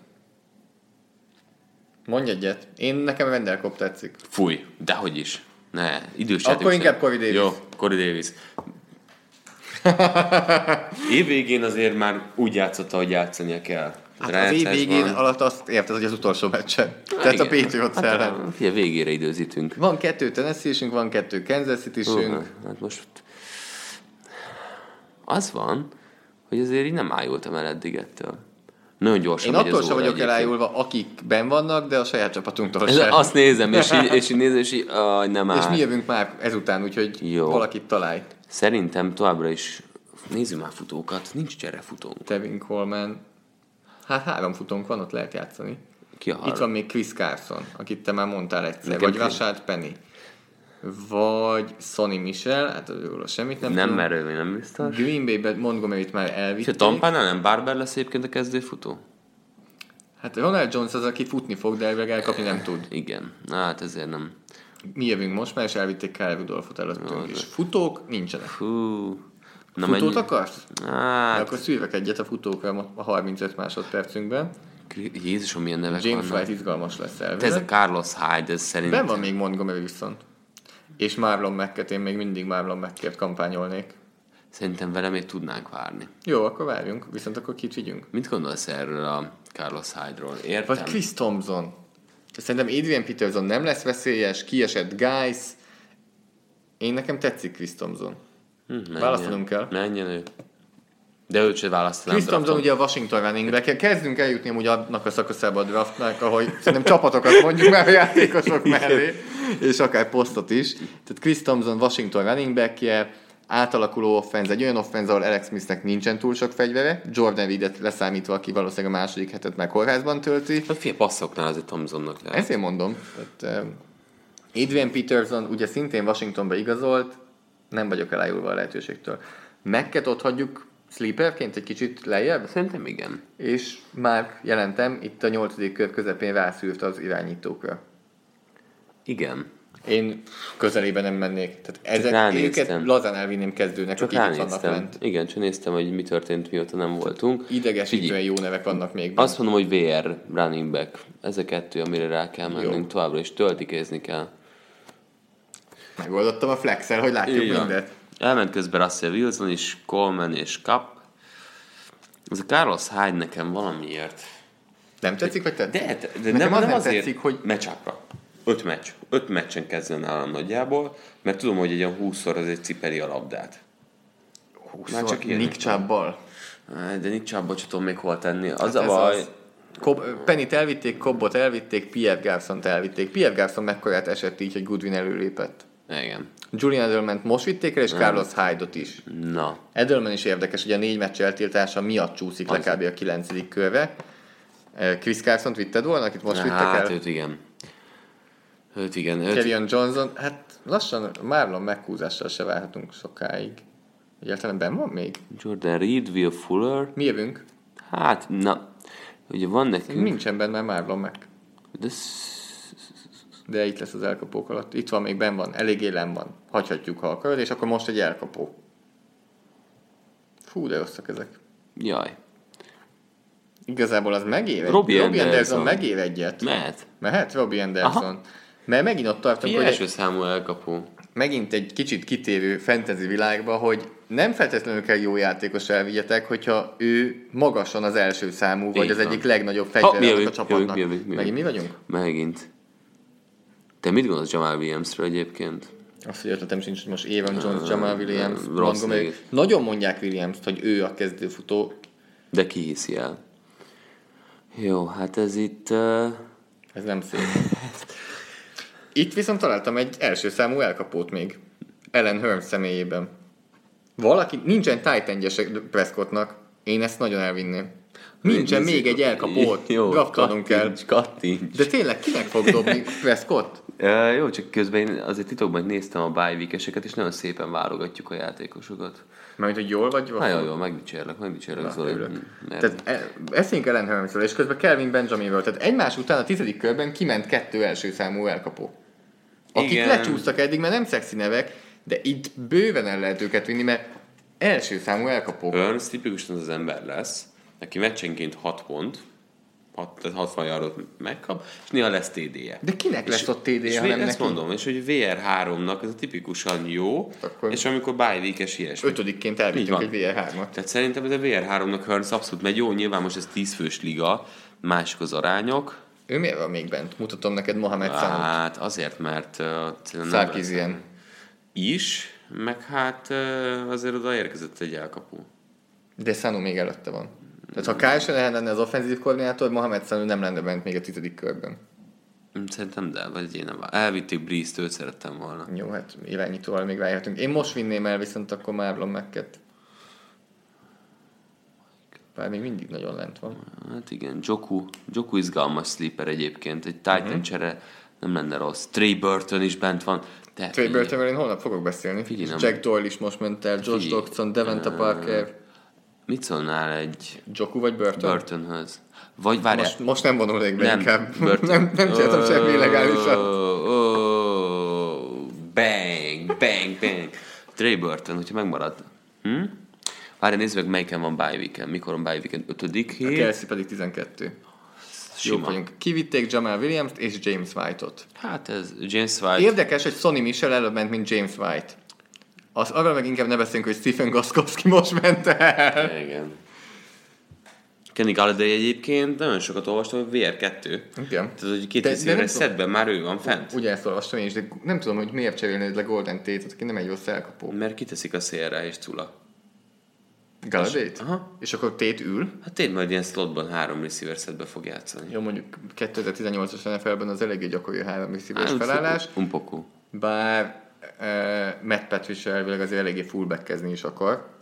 Speaker 4: Mondj egyet. Én nekem Wendell Cobb tetszik.
Speaker 3: Fúj, dehogy is. Ne, idős
Speaker 4: Akkor
Speaker 3: játékos.
Speaker 4: inkább Corey Davis.
Speaker 3: Jó, Corey Davis. Évvégén azért már úgy játszotta, hogy játszania kell.
Speaker 4: Hát az év
Speaker 3: Rájátszás
Speaker 4: végén
Speaker 3: van.
Speaker 4: alatt azt érted, hogy az utolsó meccsen.
Speaker 3: Hát
Speaker 4: Tehát a
Speaker 3: igen.
Speaker 4: Patriots ellen.
Speaker 3: Hát, figyelj, végére időzítünk.
Speaker 4: Van kettő tennessee van kettő Kansas City-sünk.
Speaker 3: Hú, Hát most az van, hogy azért így nem ájultam el eddig ettől. Nagyon gyorsan
Speaker 4: Én
Speaker 3: megy
Speaker 4: attól
Speaker 3: az
Speaker 4: sem
Speaker 3: óra
Speaker 4: vagyok
Speaker 3: egyébként.
Speaker 4: elájulva, akik ben vannak, de a saját csapatunktól
Speaker 3: Ez-
Speaker 4: sem.
Speaker 3: Azt nézem, és így, és így nézem, és így, aj, nem áll.
Speaker 4: És mi jövünk már ezután, úgyhogy
Speaker 3: Jó.
Speaker 4: Jó. valakit találj.
Speaker 3: Szerintem továbbra is nézzük már futókat, nincs cserefutónk.
Speaker 4: Tevin Coleman. Hát három futónk van, ott lehet játszani.
Speaker 3: Ki a har-
Speaker 4: Itt van még Chris Carson, akit te már mondtál egyszer.
Speaker 3: Nekem
Speaker 4: vagy
Speaker 3: Chris-
Speaker 4: Rashad Penny. Vagy Sonny Michel, hát róla semmit nem,
Speaker 3: Nem
Speaker 4: tudom.
Speaker 3: merő, nem biztos.
Speaker 4: Green Bay-ben Montgomery-t már
Speaker 3: És a
Speaker 4: elvitték.
Speaker 3: Tampánál nem Barber lesz egyébként a kezdőfutó?
Speaker 4: Hát Ronald Jones az, aki futni fog, de elvileg elkapni nem tud.
Speaker 3: Igen. Na, hát ezért nem.
Speaker 4: Mi jövünk most már, és elvitték Kyle Rudolphot előttünk is. Futók nincsenek.
Speaker 3: Hú. Na,
Speaker 4: Futót
Speaker 3: menjünk-
Speaker 4: akarsz?
Speaker 3: Hát,
Speaker 4: Hát. Akkor szűrvek egyet a futókra a 35 másodpercünkben.
Speaker 3: Kri- Jézusom, milyen nevek
Speaker 4: James
Speaker 3: vannak.
Speaker 4: White izgalmas
Speaker 3: Hát
Speaker 4: lesz
Speaker 3: Te ez a
Speaker 4: elvileg.
Speaker 3: Carlos Hyde, ez szerintem.
Speaker 4: Ben van még Montgomery viszont. És Marlon Macket, én még mindig Marlon Macket kampányolnék.
Speaker 3: Szerintem vele még tudnánk várni.
Speaker 4: Jó, akkor várjunk, viszont akkor kit vigyünk?
Speaker 3: Mit gondolsz erről a Carlos Hyde-ról? Értem.
Speaker 4: Vagy Chris Thompson. Szerintem Adrian Peterson nem lesz veszélyes, kiesett Guys. Én nekem tetszik Chris Thompson.
Speaker 3: Menjen.
Speaker 4: választanunk kell.
Speaker 3: Menjen ő. De őt se választanám.
Speaker 4: Chris Thompson
Speaker 3: drafton.
Speaker 4: ugye a Washington running back Kezdünk eljutni amúgy annak a szakaszába a draftnak, ahogy szerintem csapatokat mondjuk már a játékosok mellé, és akár posztot is. Tehát Chris Thompson Washington running backje, átalakuló offenz, egy olyan offenz, ahol Alex Smithnek nincsen túl sok fegyvere, Jordan Reedet leszámítva, aki valószínűleg a második hetet már kórházban tölti.
Speaker 3: A fél Hát passzoknál azért Thompsonnak lehet.
Speaker 4: Ezért mondom. Tehát, eh, Adrian Peterson ugye szintén Washingtonba igazolt, nem vagyok elájulva a lehetőségtől. Megket ott hagyjuk sleeperként egy kicsit lejjebb?
Speaker 3: Szerintem igen.
Speaker 4: és már jelentem, itt a nyolcadik kör közepén rászűrt az irányítókra.
Speaker 3: Igen.
Speaker 4: Én közelében nem mennék. Tehát ezek,
Speaker 3: ránéztem.
Speaker 4: őket lazán elvinném kezdőnek,
Speaker 3: Csak
Speaker 4: akik itt vannak
Speaker 3: ránéztem.
Speaker 4: lent.
Speaker 3: Igen, csak néztem, hogy mi történt, mióta nem voltunk.
Speaker 4: Idegesítően
Speaker 3: Figyelj,
Speaker 4: jó nevek vannak még. benne.
Speaker 3: Azt mondom, hogy VR running back. Ez a kettő, amire rá kell mennünk
Speaker 4: Jó.
Speaker 3: továbbra, és töltikézni kell.
Speaker 4: Megoldottam a flexel, hogy látjuk
Speaker 3: Így van.
Speaker 4: mindet.
Speaker 3: Elment közben Russell Wilson is, Coleman és Cup. Ez a Carlos Hyde nekem valamiért.
Speaker 4: Nem tetszik, vagy tetszik?
Speaker 3: De, de
Speaker 4: Nekem
Speaker 3: nem,
Speaker 4: az
Speaker 3: nem
Speaker 4: nem
Speaker 3: azért,
Speaker 4: tetszik, hogy-
Speaker 3: Mecsápra. öt meccs. Öt meccsen kezdve nálam nagyjából, mert tudom, hogy egy olyan 20-szor azért cipeli a labdát.
Speaker 4: Már csak
Speaker 3: ilyenek
Speaker 4: Nick Chubb-bal.
Speaker 3: Á, De nincs abba, tudom még hol tenni. Az a
Speaker 4: Hát ez
Speaker 3: baj,
Speaker 4: az. Kob- Penit elvitték, Kobbot elvitték, Pierre Garcont elvitték. Pierre Garcon mekkorát esett így, hogy Goodwin előlépett.
Speaker 3: igen.
Speaker 4: Julian edelman most vitték el, és Carlos Hyde-ot is.
Speaker 3: Na,
Speaker 4: Edelman is érdekes, hogy a négy meccs eltiltása miatt csúszik le kb. a kilencedik körre. Ö, Chris Carson-t vitted volna, akit most vittek
Speaker 3: hát
Speaker 4: el?
Speaker 3: őt igen. Őt igen, őt
Speaker 4: Kerryon Johnson, hát lassan Marlon meghúzással se várhatunk sokáig. Egyáltalán benn van még?
Speaker 3: Jordan Reed, Will Fuller,
Speaker 4: Mi jövünk?
Speaker 3: hát na, ugye van nekünk,
Speaker 4: Nincsen benne Marlon meg.
Speaker 3: de sz-
Speaker 4: De itt lesz az elkapók alatt. Itt van, még benn van, elég élen van. Hagyhatjuk, ha akarod, és akkor most egy elkapó. Fú, de rosszak ezek.
Speaker 3: jaj,
Speaker 4: Igazából az megér. egy-
Speaker 3: Robbie
Speaker 4: Robbie Anderson
Speaker 3: Anderson.
Speaker 4: megér egyet.
Speaker 3: mehet.
Speaker 4: Mehet Robbie Anderson. Aha. Mert megint ott tartunk,
Speaker 3: Ki
Speaker 4: hogy
Speaker 3: első számú elkapó?
Speaker 4: megint egy kicsit kitérő fantasy világba, hogy nem feltétlenül kell jó játékos elvigyetek, hogyha ő magasan az első számú, vagy
Speaker 3: Így
Speaker 4: az
Speaker 3: van.
Speaker 4: egyik legnagyobb
Speaker 3: Ha,
Speaker 4: fegyver
Speaker 3: mi
Speaker 4: annak a
Speaker 3: jövünk,
Speaker 4: csapatnak.
Speaker 3: jövünk, jövünk, jövünk.
Speaker 4: Megint mi vagyunk?
Speaker 3: Megint. Te mit gondolsz Jamal Williamsről egyébként?
Speaker 4: Azt, hogy ötletem sincs, hogy most Evan Jones, Jamal Williams,
Speaker 3: rossz
Speaker 4: Montgomery.
Speaker 3: név.
Speaker 4: Nagyon mondják Williams-t, hogy ő a kezdőfutó.
Speaker 3: De ki hiszi el? Jó, hát ez itt... Uh,
Speaker 4: Ez nem szép. Itt viszont találtam egy első számú elkapót még. Ellen Hearn személyében. Valaki, nincsen titan Prescottnak. Én ezt nagyon elvinném. Nincsen még egy elkapót. Draftalnunk kell.
Speaker 3: kattints, kattints.
Speaker 4: De tényleg kinek fog dobni Prescott?
Speaker 3: Uh, jó, csak közben én azért titokban néztem a bájvikeseket, és nagyon szépen válogatjuk a játékosokat.
Speaker 4: Mert hogy jól vagy?
Speaker 3: Na jó, jó, megdicsérlek, megdicsérlek,
Speaker 4: Na,
Speaker 3: Zoli.
Speaker 4: örülök.
Speaker 3: Mert-
Speaker 4: Tehát e- beszéljünk Ellen Hermesről, szóval, és közben Kelvin Benjaminről. Tehát egymás után a tizedik körben kiment kettő első számú elkapó. Akik Igen.
Speaker 3: Igen.
Speaker 4: lecsúsztak eddig, mert nem szexi nevek, de itt bőven el lehet őket vinni, mert első számú elkapó.
Speaker 3: Burns tipikusan az az ember lesz, aki meccsenként 6 pont, hat, tehát 60 yardot megkap, és néha lesz TD-je.
Speaker 4: De kinek
Speaker 3: és,
Speaker 4: lesz ott TD-je,
Speaker 3: és
Speaker 4: ha
Speaker 3: vé-
Speaker 4: nem
Speaker 3: Ezt
Speaker 4: neki?
Speaker 3: mondom, és hogy VR3-nak ez a tipikusan jó,
Speaker 4: Akkor-
Speaker 3: Akkor... és amikor bye week-es ilyesmi.
Speaker 4: Ötödikként
Speaker 3: Így
Speaker 4: elvittünk
Speaker 3: van.
Speaker 4: egy VR3-at.
Speaker 3: Tehát szerintem ez a VR3-nak Hearns abszolút megy jó, nyilván most ez 10 fős liga, mások az arányok.
Speaker 4: Ő miért van még bent? Mutatom neked Mohamed Sanot.
Speaker 3: Hát azért, mert uh, szerintem nem lesz-
Speaker 4: Sarkisian.
Speaker 3: is, meg hát uh, azért oda érkezett egy elkapó.
Speaker 4: De Sanu még előtte van. Tehát ha Kyle Shanahan lenne az offenzív koordinátor, Mohamed Sanu nem lenne bent még a tizedik körben.
Speaker 3: Hm, Szerintem de, vagy én nem. Elvitték Breeze-t, őt szerettem volna.
Speaker 4: Jó, hát irányítóval még várhatunk. Én most vinném el viszont akkor Marlon Macket. Bár még mindig nagyon lent van.
Speaker 3: Hát igen, Joku, Joku izgalmas sleeper egyébként, egy Titan
Speaker 4: Mhm.
Speaker 3: uh-huh. csere nem lenne rossz. Trey Burton is bent van. Te
Speaker 4: Trey
Speaker 3: figyelj,
Speaker 4: Burtonről én holnap fogok beszélni.
Speaker 3: Figyelj, nem.
Speaker 4: Jack Doyle is most ment el, Josh
Speaker 3: Figyelj.
Speaker 4: Dobson, Devonta Parker,
Speaker 3: Mit szólnál egy
Speaker 4: Joku vagy Burton?
Speaker 3: Burtonhöz? Vagy várjál,
Speaker 4: Most, most nem vonulnék be
Speaker 3: nem,
Speaker 4: inkább.
Speaker 3: Burton.
Speaker 4: nem, nem csináltam semmi illegálisat.
Speaker 3: Ó, ó, Bang, bang, bang. Trey Burton, hogyha megmarad. Hm? Várjál, nézzük meg, melyiken van bye weekend. Mikor van bye weekend? Ötödik
Speaker 4: A
Speaker 3: hét?
Speaker 4: Kelsey pedig 12. Hát Jó
Speaker 3: Sima.
Speaker 4: vagyunk. Kivitték Jamal Williams-t és James White-ot.
Speaker 3: Hát ez James White.
Speaker 4: Érdekes, hogy Sonny Michel előbb ment, mint James White. Az, arra meg inkább ne beszéljünk, hogy Stephen Goskowski most ment el.
Speaker 3: Igen. Kenny Galladay egyébként nagyon sokat olvastam, hogy VR2.
Speaker 4: Igen.
Speaker 3: Tehát, hogy
Speaker 4: De- de
Speaker 3: 2000
Speaker 4: nem
Speaker 3: éves
Speaker 4: tudom.
Speaker 3: szedben már ő van fent.
Speaker 4: Ugye ezt olvastam én is, de nem tudom, hogy miért cserélnéd le Golden Tate-ot, aki nem egy rossz elkapó.
Speaker 3: Mert kiteszik a szélre és Cula.
Speaker 4: Galadét?
Speaker 3: Aha.
Speaker 4: És akkor Tét ül.
Speaker 3: Hát tényleg majd ilyen slotban három receiver szedbe fog játszani.
Speaker 4: Jó, mondjuk 2018-as NFL-ben az eléggé gyakori a három szíves
Speaker 3: Hát,
Speaker 4: felállás,
Speaker 3: Unpokó.
Speaker 4: bár uh, Matt Patricia elvileg azért eléggé fullbackezni is akar.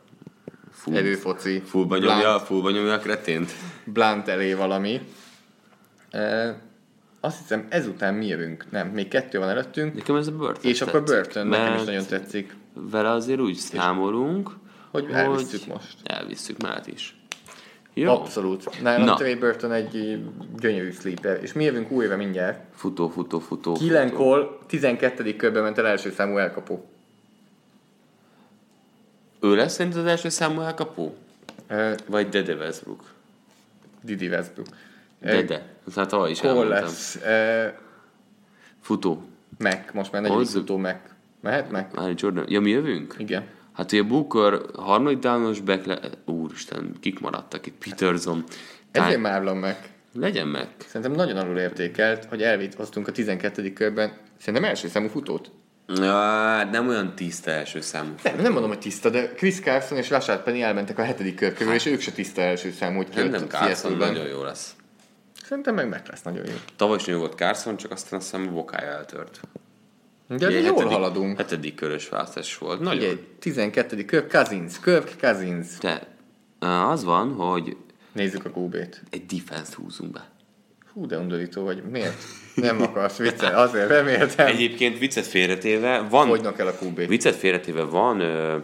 Speaker 3: Full,
Speaker 4: Erőfoci.
Speaker 3: fullba nyomja, fullba nyomja a kretént.
Speaker 4: Blunt elé valami. Uh, azt hiszem ezután mi jövünk. Nem, még kettő van előttünk.
Speaker 3: Nekem ez a Burton
Speaker 4: És akkor
Speaker 3: tetszik,
Speaker 4: Burton, nekem is
Speaker 3: mert
Speaker 4: nagyon tetszik.
Speaker 3: Vele azért úgy számolunk,
Speaker 4: Hogy elvisszük most.
Speaker 3: Elvisszük már is. Jó.
Speaker 4: Abszolút. Nálam
Speaker 3: Na.
Speaker 4: Trey Burton egy ö, gyönyörű sleeper. És mi jövünk új éve mindjárt.
Speaker 3: Futó, futó, futó. futó.
Speaker 4: Kilenkor 12. körben ment el első számú elkapó.
Speaker 3: Ő lesz szerint az első számú elkapó?
Speaker 4: Ö,
Speaker 3: Vagy Dede Westbrook?
Speaker 4: Didi Westbrook. Ö,
Speaker 3: Dede. Ezt már tavaly is
Speaker 4: Hol
Speaker 3: elmondtam.
Speaker 4: lesz ö,
Speaker 3: Futó.
Speaker 4: Mac? Most már negyedik
Speaker 3: Hozzuk.
Speaker 4: futó Mac. Mehet Mac?
Speaker 3: Már Jordan. Ja, mi jövünk?
Speaker 4: Igen.
Speaker 3: Hát ugye Booker, harmadik downos back le... Úristen, kik maradtak itt? Peterson.
Speaker 4: Ezért
Speaker 3: Ty-
Speaker 4: Marlon Mac.
Speaker 3: Legyen meg.
Speaker 4: Szerintem nagyon alul értékelt, hogy elvitt hoztunk a 12. körben. Szerintem első számú futót.
Speaker 3: Á, hát nem olyan tiszta első számú.
Speaker 4: Nem, nem mondom, hogy tiszta, de Chris Carson és Rashad Penny elmentek a hetedik kör körül, és ők se tiszta első számú,
Speaker 3: Nem,
Speaker 4: hogy
Speaker 3: Hát nem Carson nagyon jó lesz.
Speaker 4: Szerintem meg meg lesz nagyon jó.
Speaker 3: Tavaly is nagyon jó volt Carson, csak aztán azt hiszem a bokája eltört.
Speaker 4: De
Speaker 3: Ugye,
Speaker 4: jól haladunk.
Speaker 3: Hetedik körös választás volt. Nagyon.
Speaker 4: Ugye, 12. kör, Cousins, Kirk, Cousins.
Speaker 3: De á, az van, hogy
Speaker 4: Nézzük a QB-t.
Speaker 3: egy defense húzunk be.
Speaker 4: Hú, de undorító vagy. Miért? Nem akarsz viccel, azért reméltem.
Speaker 3: Egyébként viccet félretéve van...
Speaker 4: Fogynak el a QB-k.
Speaker 3: Viccet félretéve van ö,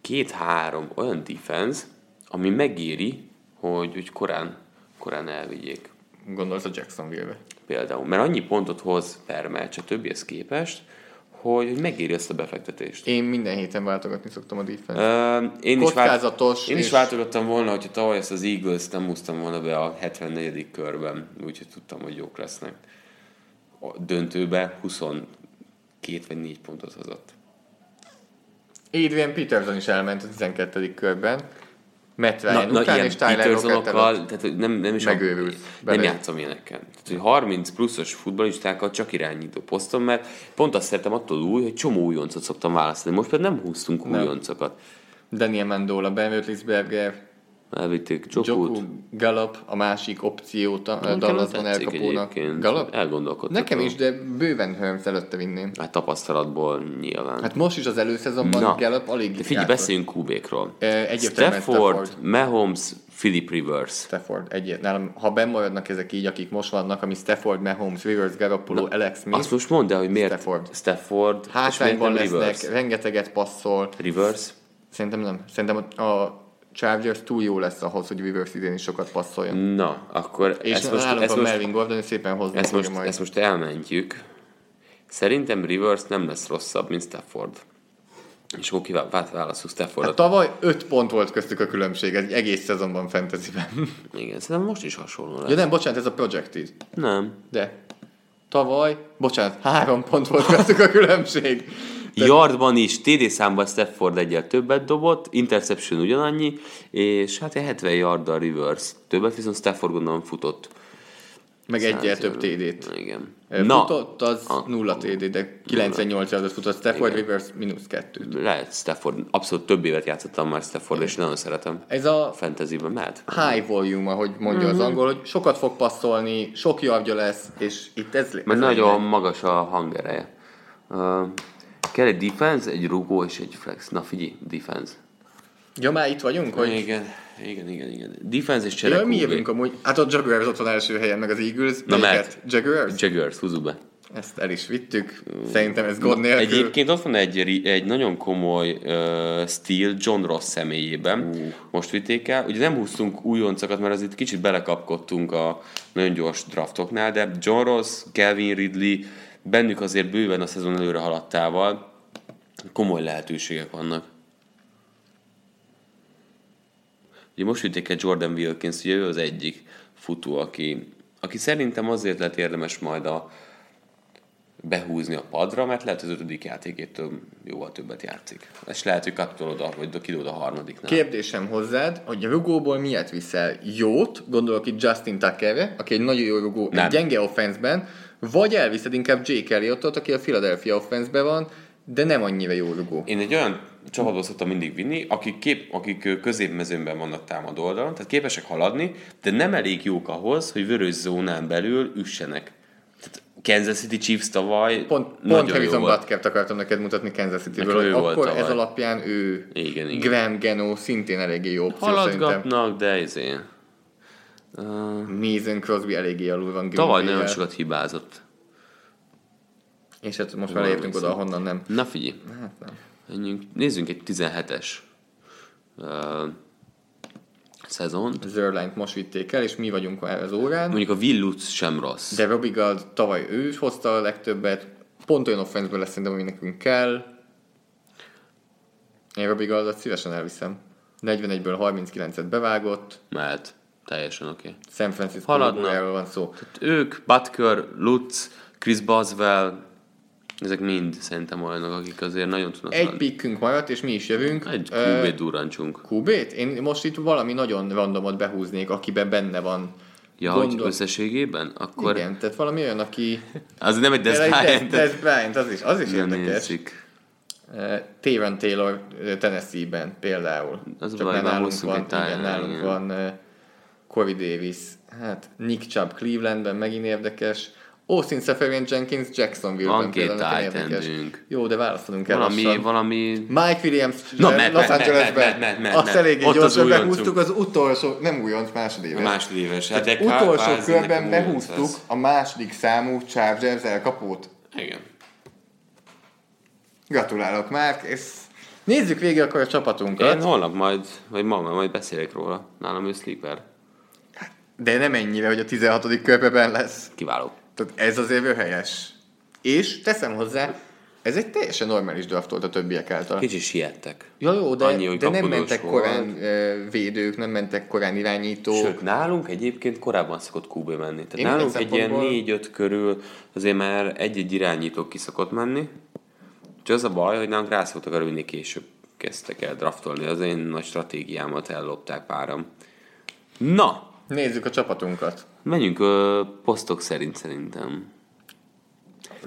Speaker 3: két-három olyan defense, ami megéri, hogy, hogy korán, korán elvigyék.
Speaker 4: Gondolsz a Jacksonville-be.
Speaker 3: Például. Mert annyi pontot hoz per meccs a többihez képest, hogy megéri ezt a befektetést.
Speaker 4: Én minden héten váltogatni szoktam a defense
Speaker 3: Ö, én is, vált,
Speaker 4: Kockázatos
Speaker 3: én is
Speaker 4: és-
Speaker 3: váltogattam volna, hogyha tavaly ezt az Eagles-t nem húztam volna be a 74. körben, úgyhogy tudtam, hogy jók lesznek. A döntőbe 22 vagy 4 pontot hozott.
Speaker 4: Adrian Peterson is elment a 12. körben. Matt
Speaker 3: Na,
Speaker 4: Ryan
Speaker 3: na
Speaker 4: után,
Speaker 3: ilyen
Speaker 4: és Tyler Lockett
Speaker 3: Petersonokkal,
Speaker 4: előtt.
Speaker 3: tehát hogy nem, nem is
Speaker 4: Megőrülsz
Speaker 3: nem
Speaker 4: bele.
Speaker 3: játszom ilyeneken. Tehát, hogy 30 pluszos futballistákkal csak irányító poszton, mert pont azt szeretem attól új, hogy csomó újoncot szoktam választani. Most például nem húztunk újoncokat.
Speaker 4: Daniel Mandola, Ben Roethlisberger,
Speaker 3: Elvitték
Speaker 4: Joku
Speaker 3: Jokut.
Speaker 4: Gallup, a másik opciót a
Speaker 3: Nekem
Speaker 4: Dallasban
Speaker 3: tetszik
Speaker 4: elkapónak.
Speaker 3: egyébként.
Speaker 4: Gallup?
Speaker 3: Elgondolkodtató.
Speaker 4: Nekem is, de bőven Herms előtte vinném.
Speaker 3: Hát tapasztalatból nyilván.
Speaker 4: Hát most is az előszezonban Gallup alig
Speaker 3: de figyelj,
Speaker 4: játszott.
Speaker 3: beszéljünk QB-król.
Speaker 4: Ö, egyértelműen
Speaker 3: Stafford, Stafford,
Speaker 4: Stafford.
Speaker 3: Mahomes, Philip Rivers.
Speaker 4: Stafford egyet. Nálam, ha benn maradnak ezek így, akik most vannak, ami Stafford, Mahomes, Rivers, Garoppolo, Alex Smith,
Speaker 3: Azt most mondd el, hogy miért
Speaker 4: Stafford.
Speaker 3: Stafford és
Speaker 4: hátrányban
Speaker 3: miért nem
Speaker 4: lesznek,
Speaker 3: Rivers.
Speaker 4: rengeteget passzol.
Speaker 3: Rivers.
Speaker 4: Szerintem nem. Szerintem a- a Chargers túl jó lesz ahhoz, hogy Rivers idén is sokat passzoljon.
Speaker 3: Na, akkor
Speaker 4: És
Speaker 3: ezt most,
Speaker 4: nálunk
Speaker 3: ezt
Speaker 4: a
Speaker 3: most,
Speaker 4: Melvin Gordon szépen hozni
Speaker 3: ezt,
Speaker 4: fogja
Speaker 3: most,
Speaker 4: majd.
Speaker 3: ezt most elmentjük. Szerintem Rivers nem lesz rosszabb, mint Stafford. És akkor kivá- vá- válaszol
Speaker 4: Hát
Speaker 3: Staffordot.
Speaker 4: tavaly 5 pont volt köztük a különbség, egy egész szezonban fantasyben.
Speaker 3: Igen, szerintem most is hasonló lesz.
Speaker 4: ja nem, bocsánat, ez a projected.
Speaker 3: Nem.
Speaker 4: De tavaly, bocsánat, 3 pont volt köztük a különbség.
Speaker 3: Yardban is, TD számban Stafford egyel többet dobott, interception ugyanannyi, és hát ilyen 70 yarddal reverse. Többet viszont Stafford gondolom futott.
Speaker 4: Meg egyel
Speaker 3: Száz
Speaker 4: több
Speaker 3: yardot.
Speaker 4: TD-t.
Speaker 3: Igen.
Speaker 4: Na, futott az
Speaker 3: a-
Speaker 4: nulla TD, de 98 yardot futott Stafford Rivers mínusz 2.
Speaker 3: Lehet Stafford, abszolút több évet játszottam már Stafford, és nagyon szeretem.
Speaker 4: Ez a
Speaker 3: Fantasyben mehet.
Speaker 4: high volume, ahogy mondja az angol, hogy sokat fog passzolni, sok javgya lesz, és itt ez lesz.
Speaker 3: Mert nagyon magas a hangereje. Uh, kell egy defense, egy rugó és egy flex. Na figyelj, defense.
Speaker 4: Ja, már itt vagyunk, hogy
Speaker 3: Igen, igen, igen, igen. Defense és
Speaker 4: Ja,
Speaker 3: cserek.
Speaker 4: mi
Speaker 3: QB.
Speaker 4: jövünk amúgy? Hát a Jaguars ott van első helyen, meg az Eagles.
Speaker 3: Na,
Speaker 4: Melyiket?
Speaker 3: Matt.
Speaker 4: Jaguars?
Speaker 3: Jaguars, húzzuk be.
Speaker 4: Ezt el is vittük. Szerintem ez gond nélkül.
Speaker 3: Egyébként ott van egy, ri- egy nagyon komoly uh, stíl John Ross személyében. Most vitték el. Ugye nem húztunk újoncokat, mert az itt kicsit belekapkodtunk a nagyon gyors draftoknál, de John Ross, Calvin Ridley, bennük azért bőven a szezon előre haladtával komoly lehetőségek vannak. Ugye most vitték el Jordan Wilkins, ugye ő az egyik futó, aki, aki szerintem azért lett érdemes majd a, behúzni a padra, mert lehet, hogy az ötödik játékétől jóval többet játszik. És lehet, hogy kattol oda, vagy kilód a harmadiknál.
Speaker 4: Kérdésem hozzád, hogy a rugóból miért viszel? Jót, gondolok itt Justin Tuckerre, aki egy nagyon jó rugó,
Speaker 3: Nem.
Speaker 4: egy gyenge offenszben, vagy elviszed inkább Jake Elliotot, aki a Philadelphia offenszben van, de nem annyira jó rugó.
Speaker 3: Én egy olyan csapatba szoktam mindig vinni, akik, kép, akik ö, középmezőnben vannak támadó oldalon, tehát képesek haladni, de nem elég jók ahhoz, hogy vörös zónán belül üssenek. Tehát Kansas City Chiefs tavaly
Speaker 4: Pont,
Speaker 3: nagyon
Speaker 4: pont
Speaker 3: jó
Speaker 4: Harrison
Speaker 3: volt.
Speaker 4: Butkert akartam neked mutatni Kansas City-ből,
Speaker 3: Nekem ő
Speaker 4: hogy
Speaker 3: volt
Speaker 4: akkor
Speaker 3: tavaly.
Speaker 4: ez alapján ő,
Speaker 3: Igen, igen.
Speaker 4: Graham Geno szintén eléggé jó opció szerintem.
Speaker 3: Haladgatnak, de izé,
Speaker 4: Mason Crosby eléggé alul van Green
Speaker 3: tavaly
Speaker 4: Bay-jel.
Speaker 3: nagyon sokat hibázott.
Speaker 4: És hát most már léptünk oda, ahonnan nem.
Speaker 3: Na figyelj,
Speaker 4: Hát nem.
Speaker 3: menjünk- nézzünk egy 17-es uh, szezont.
Speaker 4: Zerlányt most vitték el, és mi vagyunk már az órán.
Speaker 3: Mondjuk a Villuc sem rossz.
Speaker 4: De Robbie Gold tavaly ő is hozta a legtöbbet, pont olyan offenszből lesz szerintem, ami nekünk kell. Én Robbie Goldot szívesen elviszem. 41-ből 39-et bevágott,
Speaker 3: Mehet. Teljesen oké. Okay.
Speaker 4: San Francisco
Speaker 3: Haladna.
Speaker 4: Haladna. van szó.
Speaker 3: Ők, Butker, Lutz, Chris Boswell, ezek mind szerintem olyanok, akik azért nagyon tudnak
Speaker 4: Egy
Speaker 3: haladni.
Speaker 4: pikkünk maradt, és mi is jövünk.
Speaker 3: Egy
Speaker 4: Ö,
Speaker 3: QB durrancsunk.
Speaker 4: QB-t? Én most itt valami nagyon randomot behúznék, akiben benne van
Speaker 3: Ja, hogy
Speaker 4: Gondol-
Speaker 3: összességében? Akkor
Speaker 4: Igen, tehát valami olyan, aki...
Speaker 3: az nem egy
Speaker 4: Des, Des,
Speaker 3: Des
Speaker 4: Des Bryant, az is, az is érdekes.
Speaker 3: Nézzük.
Speaker 4: Eh, Taven Taylor eh, Tennessee-ben például.
Speaker 3: Az
Speaker 4: Csak
Speaker 3: baj,
Speaker 4: már
Speaker 3: van
Speaker 4: nálunk
Speaker 3: hosszú
Speaker 4: van,
Speaker 3: egy
Speaker 4: igen,
Speaker 3: Tyler,
Speaker 4: nálunk
Speaker 3: igen.
Speaker 4: van eh, Corey Davis, hát Nick Chubb Clevelandben megint érdekes, Austin Seferian Jenkins Jacksonville-ben
Speaker 3: Van két
Speaker 4: például nekem
Speaker 3: tight
Speaker 4: érdekes.
Speaker 3: endünk.
Speaker 4: Jó, de válaszolunk kell
Speaker 3: Valami,
Speaker 4: lassan.
Speaker 3: valami...
Speaker 4: Mike Williams
Speaker 3: Na,
Speaker 4: eh,
Speaker 3: ment,
Speaker 4: Los
Speaker 3: ment, ment,
Speaker 4: Angelesben.
Speaker 3: ment, ment,
Speaker 4: Azt
Speaker 3: ment.
Speaker 4: eléggé
Speaker 3: Ott az
Speaker 4: gyorsan
Speaker 3: újoncunk.
Speaker 4: behúztuk az utolsó, nem újonc, másodéves.
Speaker 3: Másodéves. Hát
Speaker 4: Tehát
Speaker 3: de kár-
Speaker 4: utolsó
Speaker 3: kvázi
Speaker 4: körben
Speaker 3: nekem újonc
Speaker 4: behúztuk
Speaker 3: az.
Speaker 4: a második számú Chargers elkapót.
Speaker 3: Igen.
Speaker 4: Gratulálok, Márk, és nézzük végig akkor a csapatunkat.
Speaker 3: Én holnap majd, vagy ma már majd beszélek róla. Nálam ő sleeper.
Speaker 4: De nem ennyire, hogy a 16. körben lesz.
Speaker 3: Kiváló.
Speaker 4: Tehát ez azért ő helyes. És teszem hozzá, ez egy teljesen normális draft volt a többiek által.
Speaker 3: Kicsi siettek.
Speaker 4: Ja, jó, de,
Speaker 3: Annyi, hogy
Speaker 4: de nem
Speaker 3: kapkodós
Speaker 4: mentek
Speaker 3: volt.
Speaker 4: korán ö, védők, nem mentek korán irányítók.
Speaker 3: Sőt, nálunk egyébként korábban szokott QB menni. Tehát
Speaker 4: Én
Speaker 3: nálunk
Speaker 4: ilyen
Speaker 3: egy ilyen
Speaker 4: szempontból-
Speaker 3: 4-5 körül azért már egy-egy irányító ki szokott menni. Csak az a baj, hogy nálunk rá szoktak arra, hogy mindig később kezdtek el draftolni. Az én nagy stratégiámat ellopták páram. Na,
Speaker 4: Nézzük a csapatunkat.
Speaker 3: menjünk ö, posztok szerint szerintem.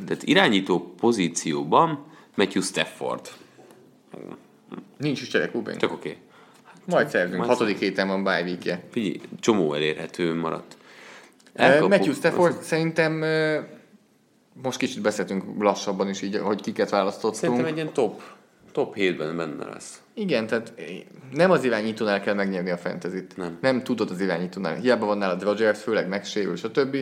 Speaker 3: Tehát irányító pozícióban Matthew Stafford.
Speaker 4: Nincs is cselekúbénk.
Speaker 3: Tök oké. Okay.
Speaker 4: Majd szerzünk,
Speaker 3: majd
Speaker 4: hatodik héten van bye weekje.
Speaker 3: Figyelj, csomó elérhető maradt.
Speaker 4: Elkapó.
Speaker 3: Elkapó-
Speaker 4: Matthew Stafford szerintem ö, most kicsit beszéltünk lassabban is, így, hogy kiket választottunk.
Speaker 3: Szerintem egy ilyen top, top 7-ben benne lesz.
Speaker 4: Igen, tehát eh, nem az irányítónál kell megnyerni a fentezit.
Speaker 3: Nem.
Speaker 4: nem tudod az irányítónál. Hiába van nálad Rodgers, főleg megsérül, stb.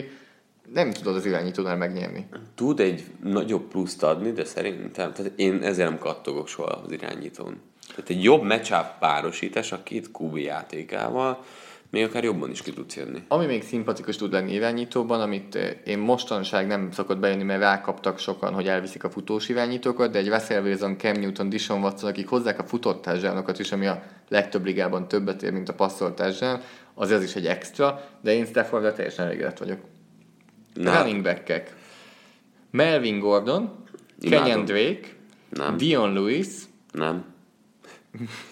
Speaker 4: Nem tudod az irányítónál megnyerni.
Speaker 3: Tud egy nagyobb pluszt adni, de szerintem, tehát én ezért nem kattogok soha az irányítón. Tehát egy jobb matchup párosítás a két QB játékával, még akár jobban is ki tudsz jönni.
Speaker 4: Ami még szimpatikus tud lenni irányítóban, amit eh, én mostanság nem szokott bejönni, mert rákaptak sokan, hogy elviszik a futós irányítókat, de egy Russell Wilson, Cam Newton, Dishon Watson, akik hozzák a futott társadalmakat is, ami a legtöbb ligában többet ér, mint a passzolt társadalom, az ez is egy extra, de én Staffordra teljesen elégedett vagyok.
Speaker 3: Na,
Speaker 4: Running backek. Melvin Gordon,
Speaker 3: Imádom.
Speaker 4: Kenyon Drake,
Speaker 3: Nem.
Speaker 4: Dion Lewis,
Speaker 3: nem.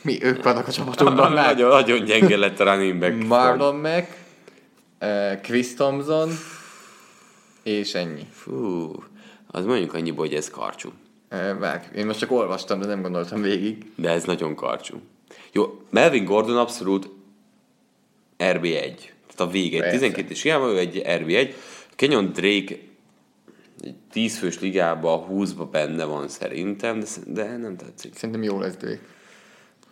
Speaker 4: mi, ők vannak a csapatunkban már.
Speaker 3: Nagyon, nagyon gyenge lett a running back.
Speaker 4: Marlon Mack, eh, Chris Thompson, és ennyi.
Speaker 3: Fú, az mondjuk annyiból, hogy ez karcsú.
Speaker 4: Eh, Várj, én most csak olvastam, de nem gondoltam végig.
Speaker 3: De ez nagyon karcsú. Jó, Melvin Gordon abszolút RB1. Tehát a vége. egy
Speaker 4: Persze.
Speaker 3: 12 és hiába, ő egy RB1. Kenyon Drake egy 10 fős ligában, 20-ba benne van szerintem, de, sz- de nem tetszik.
Speaker 4: Szerintem jó lesz Drake.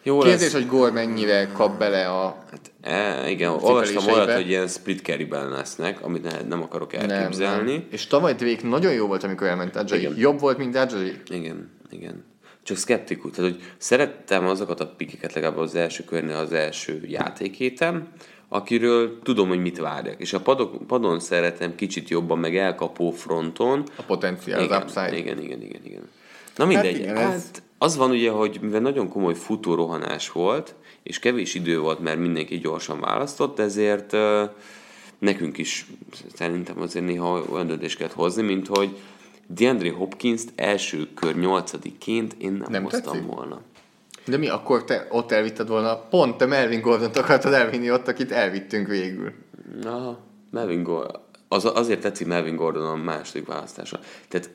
Speaker 3: Jó
Speaker 4: Kérdés,
Speaker 3: lesz.
Speaker 4: hogy Gore mennyire kap bele a...
Speaker 3: E, igen,
Speaker 4: cipeléseibe.
Speaker 3: olvastam olyat, hogy ilyen split carry-ben lesznek, amit ne, nem akarok
Speaker 4: Nem,
Speaker 3: elképzelni.
Speaker 4: nem. És tavaly Drake nagyon jó volt, amikor elment Ajay.
Speaker 3: Igen.
Speaker 4: Jobb volt, mint Ajay.
Speaker 3: Igen, igen. Csak szkeptikus. Tehát, hogy szerettem azokat a pikeket legalább az első körnél az első játékétem, akiről tudom, hogy mit várjak. És a padok, padon szeretem kicsit jobban, meg elkapó fronton.
Speaker 4: A potenciál, az
Speaker 3: Igen,
Speaker 4: upside.
Speaker 3: igen, igen, igen, igen. Na mindegy. Hát
Speaker 4: igen,
Speaker 3: igen,
Speaker 4: ez-
Speaker 3: hát az van ugye, hogy mivel nagyon komoly futórohanás volt, és kevés idő volt, mert mindenki gyorsan választott, ezért ö, nekünk is szerintem azért néha olyan döntést kellett hozni, mint hogy DeAndre hopkins első kör nyolcadiként én nem,
Speaker 4: Nem
Speaker 3: nem hoztam
Speaker 4: tetszik?
Speaker 3: volna.
Speaker 4: De mi, akkor te ott elvitted volna, pont te Melvin Gordont akartad elvinni ott, akit elvittünk végül.
Speaker 3: Aha, Melvin Gordon. Az, azért tetszik Melvin Gordon a második választása. Tehát,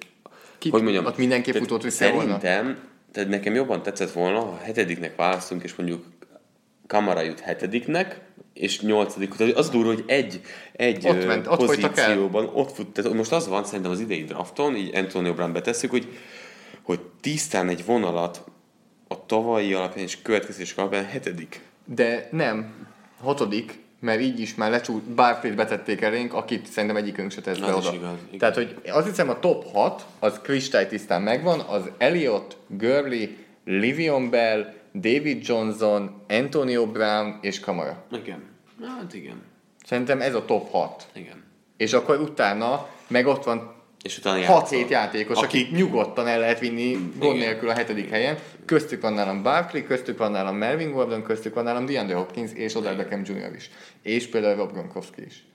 Speaker 4: Ki-
Speaker 3: hogy mondjam,
Speaker 4: ott mindenképp
Speaker 3: tehát
Speaker 4: futott vissza volna.
Speaker 3: Szerintem, tehát nekem jobban tetszett volna, ha hetediknek választunk, és mondjuk Kamara jut hetediknek, és nyolcadik, tehát az durva, hogy egy, egy
Speaker 4: Ott
Speaker 3: ö,
Speaker 4: ment, ott folytak el.
Speaker 3: pozícióban, ott fut, tehát most az van szerintem az idei drafton, így Antonio Brown betesszük, hogy, hogy tisztán egy vonalat a tavalyi alapján és következés alapján hetedik.
Speaker 4: De nem, hatodik, mert így is már lecsúlt, Barfield betették elénk, akit szerintem egyikünk se tesz be
Speaker 3: Az is
Speaker 4: oda.
Speaker 3: igaz, igen.
Speaker 4: Tehát, hogy azt hiszem a top 6, az kristálytisztán megvan, az Elliot, Gurley, Livion Bell, David Johnson, Antonio Brown és Kamara.
Speaker 3: Igen. Hát igen.
Speaker 4: Szerintem ez a top 6.
Speaker 3: Igen.
Speaker 4: És akkor utána meg ott van
Speaker 3: És utána játszol.
Speaker 4: 6-7 játékos, aki, nyugodtan el lehet vinni gond nélkül a hetedik helyen. Köztük van nálam Barkley, köztük van nálam Melvin Gordon, köztük van nálam DeAndre Hopkins és Odell
Speaker 3: Mhm.
Speaker 4: Beckham Jr. is. És például Rob Gronkowski is.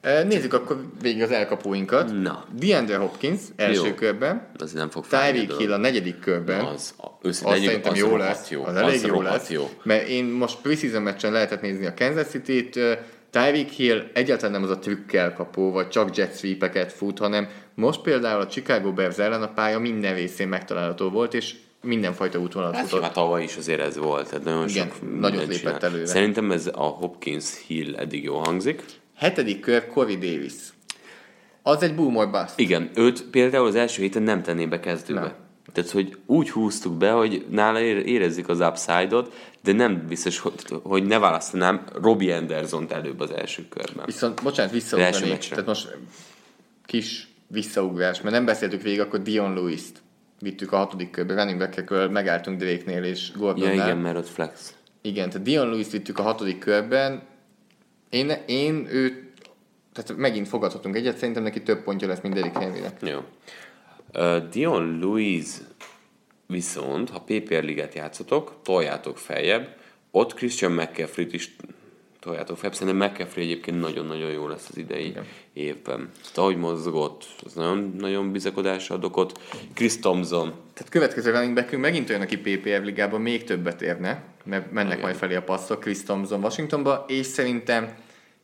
Speaker 4: Ö, Nézzük akkor végig az elkapóinkat.
Speaker 3: Na.
Speaker 4: DeAndre Hopkins első
Speaker 3: Jó.
Speaker 4: körben,
Speaker 3: Az nem fog fájni a
Speaker 4: Tyreek
Speaker 3: dolog.
Speaker 4: Hill a negyedik körben.
Speaker 3: Az, őszintén
Speaker 4: az
Speaker 3: legyünk,
Speaker 4: szerintem
Speaker 3: az
Speaker 4: jó
Speaker 3: rohadt
Speaker 4: lesz.
Speaker 3: Jó.
Speaker 4: Az elég jó
Speaker 3: rohadt
Speaker 4: lesz. Hát
Speaker 3: Jó.
Speaker 4: Mert én most preseason meccsen lehetett nézni a Kansas City-t, ö, Tyreek Hill egyáltalán nem az a trükkel kapó, vagy csak jet sweepeket fut, hanem most például a Chicago Bears ellen a pálya minden részén megtalálható volt, és mindenfajta útvonalat
Speaker 3: Hát
Speaker 4: futott.
Speaker 3: már tavaly is azért ez volt, tehát nagyon
Speaker 4: Igen,
Speaker 3: sok
Speaker 4: nagyot
Speaker 3: mindent
Speaker 4: lépett
Speaker 3: csinált.
Speaker 4: előre.
Speaker 3: Szerintem ez a Hopkins Hill eddig jó hangzik.
Speaker 4: Hetedik kör Corey Davis. Az egy boom or bust.
Speaker 3: Igen, őt például az első héten nem tenném be kezdőbe.
Speaker 4: Nem.
Speaker 3: Tehát, hogy úgy húztuk be, hogy nála ére- érezzük az upside-ot, de nem biztos, hogy, hogy ne választanám Robbie Anderson-t előbb az első körben.
Speaker 4: Viszont, bocsánat,
Speaker 3: Az első
Speaker 4: visszaugranék.
Speaker 3: meccsre.
Speaker 4: Tehát most kis visszaugrás, mert nem beszéltük végig, akkor Dion Lewis-t vittük a hatodik körbe, running back megálltunk Drake-nél és
Speaker 3: Ja,
Speaker 4: Gordonnál.
Speaker 3: igen, mert ott flex.
Speaker 4: Igen, tehát Dion Lewis vittük a hatodik körben. Én, én őt, tehát megint fogadhatunk egyet, szerintem neki több pontja lesz, mint Derrick Henrynek.
Speaker 3: Jó. Ö, Dion Lewis viszont, ha PPR ligát játszotok, toljátok feljebb, ott Christian McCaffrey-t is toljátok feljebb. Szerintem McCaffrey egyébként nagyon-nagyon jó lesz az idei Igen. évben. Tehát ahogy mozgott, az nagyon-nagyon bizakodásra ad okot. Chris Thompson,
Speaker 4: Tehát következő running backünk megint olyan, aki PPF ligában még többet érne, mert mennek majd felé a passzok Chris Thompson Washingtonba, és szerintem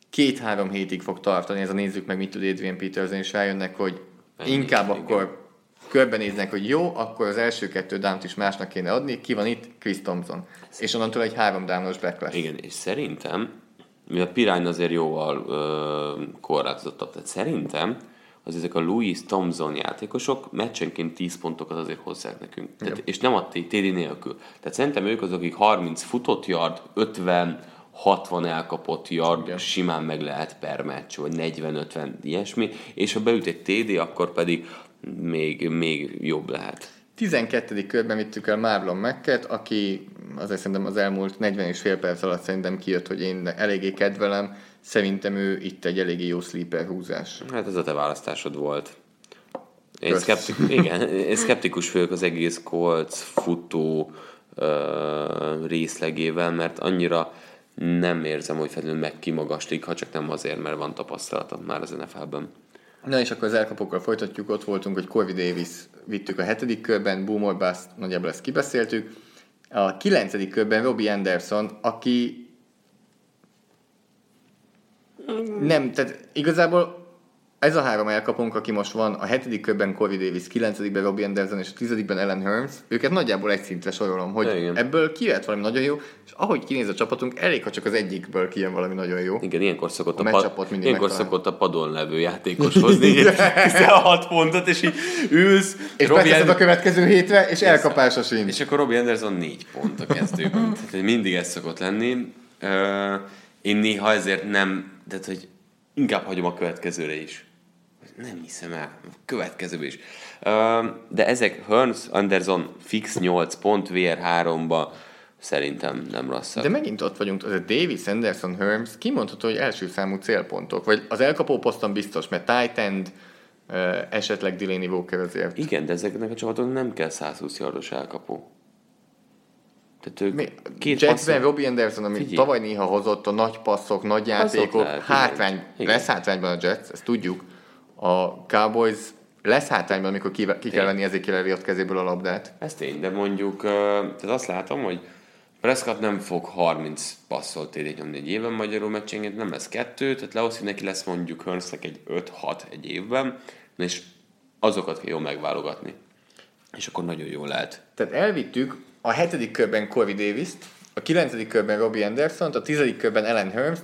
Speaker 4: két-három hétig fog tartani, ez a nézzük meg mit tud Adrian Peterson, és rájönnek, hogy
Speaker 3: Ennyi,
Speaker 4: inkább
Speaker 3: igen.
Speaker 4: akkor körbenéznek, hogy jó, akkor az első kettő dámt is másnak kéne adni, ki van itt? Chris Thompson. És onnantól egy három dámos back lesz.
Speaker 3: Igen, és szerintem, mivel Pirány azért jóval ö, korlátozottabb, tehát szerintem az ezek a Louis Thompson játékosok meccsenként 10 pontokat azért hozzák nekünk. Tehát, és nem a TD nélkül. Tehát szerintem ők azok, akik 30 futott yard, 50, 60 elkapott yard
Speaker 4: Igen.
Speaker 3: simán meg lehet per meccs, vagy 40-50, ilyesmi, és ha beüt egy TD, akkor pedig még, még jobb lehet.
Speaker 4: 12. körben vittük el Marlon Macket, aki azért szerintem az elmúlt 40 és fél perc alatt szerintem kijött, hogy én eléggé kedvelem. Szerintem ő itt egy eléggé jó sleeper húzás.
Speaker 3: Hát ez a te választásod volt. Én
Speaker 4: Kösz.
Speaker 3: szkeptik, igen, én szkeptikus vagyok az egész Colts futó ö, részlegével, mert annyira nem érzem, hogy felül megkimagaslik, ha csak nem azért, mert van tapasztalatom már az NFL-ben.
Speaker 4: Na és akkor az elkapókkal folytatjuk, ott voltunk, hogy Corey Davis vittük a hetedik körben, Boomer Bass, nagyjából ezt kibeszéltük. A kilencedik körben Robbie Anderson, aki nem, tehát igazából ez a három elkapunk, aki most van, a hetedik körben Corey Davis, kilencedikben Robbie Anderson és a tizedikben Ellen Hearns, őket nagyjából egy szintre sorolom, hogy
Speaker 3: Ja, igen.
Speaker 4: ebből ki lehet valami nagyon jó, és ahogy kinéz a csapatunk, elég, ha csak az egyikből kijön valami nagyon jó.
Speaker 3: Igen, ilyenkor szokott
Speaker 4: A
Speaker 3: a,
Speaker 4: matchupot mindig
Speaker 3: ilyenkor
Speaker 4: megtalálni.
Speaker 3: szokott a padon levő játékos hozni így 16 pontot, és így ülsz.
Speaker 4: És
Speaker 3: Robbie
Speaker 4: beteszed a
Speaker 3: Ander-
Speaker 4: következő hétre, és elkapása sincs.
Speaker 3: És akkor Robbie Anderson négy pont a kezdőben. tehát hogy mindig ez szokott lenni. Ö, én néha ezért nem, tehát hogy inkább hagyom a következőre is. Nem hiszem el, a következőbe is. Ö, de ezek Hearns, Anderson fix 8 pont, VR3-ba szerintem nem rosszak.
Speaker 4: De megint ott vagyunk, az a Davis, Anderson, Herms, kimondható, hogy első számú célpontok, vagy az elkapó poszton biztos, mert tight end, ö, esetleg Delaney Walker azért.
Speaker 3: Igen, de ezeknek a csapatoknak nem kell 120 yardos elkapó. Tehát ők
Speaker 4: Mi?
Speaker 3: két
Speaker 4: Jetsben
Speaker 3: passzon-
Speaker 4: Robbie Anderson, ami
Speaker 3: Figyelj.
Speaker 4: tavaly néha hozott a nagy passzok, nagy játékok,
Speaker 3: lehet, igen.
Speaker 4: hátrány,
Speaker 3: Igen.
Speaker 4: lesz hátrányban a Jets, ezt tudjuk. A Cowboys lesz hátrányban, amikor ki, ki kell
Speaker 3: Igen.
Speaker 4: venni ezért Elliott kezéből a labdát.
Speaker 3: Ez tény, de mondjuk, ö, tehát azt látom, hogy Prescott nem fog 30 passzolt td nyomni egy évben magyarul meccsenként, nem lesz kettő, tehát lehosszú neki lesz mondjuk Hörnsznek egy 5-6 egy évben, és azokat kell jól megválogatni. És akkor nagyon jól lehet.
Speaker 4: Tehát elvittük a hetedik körben Corey davis a kilencedik körben Robbie anderson a tizedik körben Ellen hearns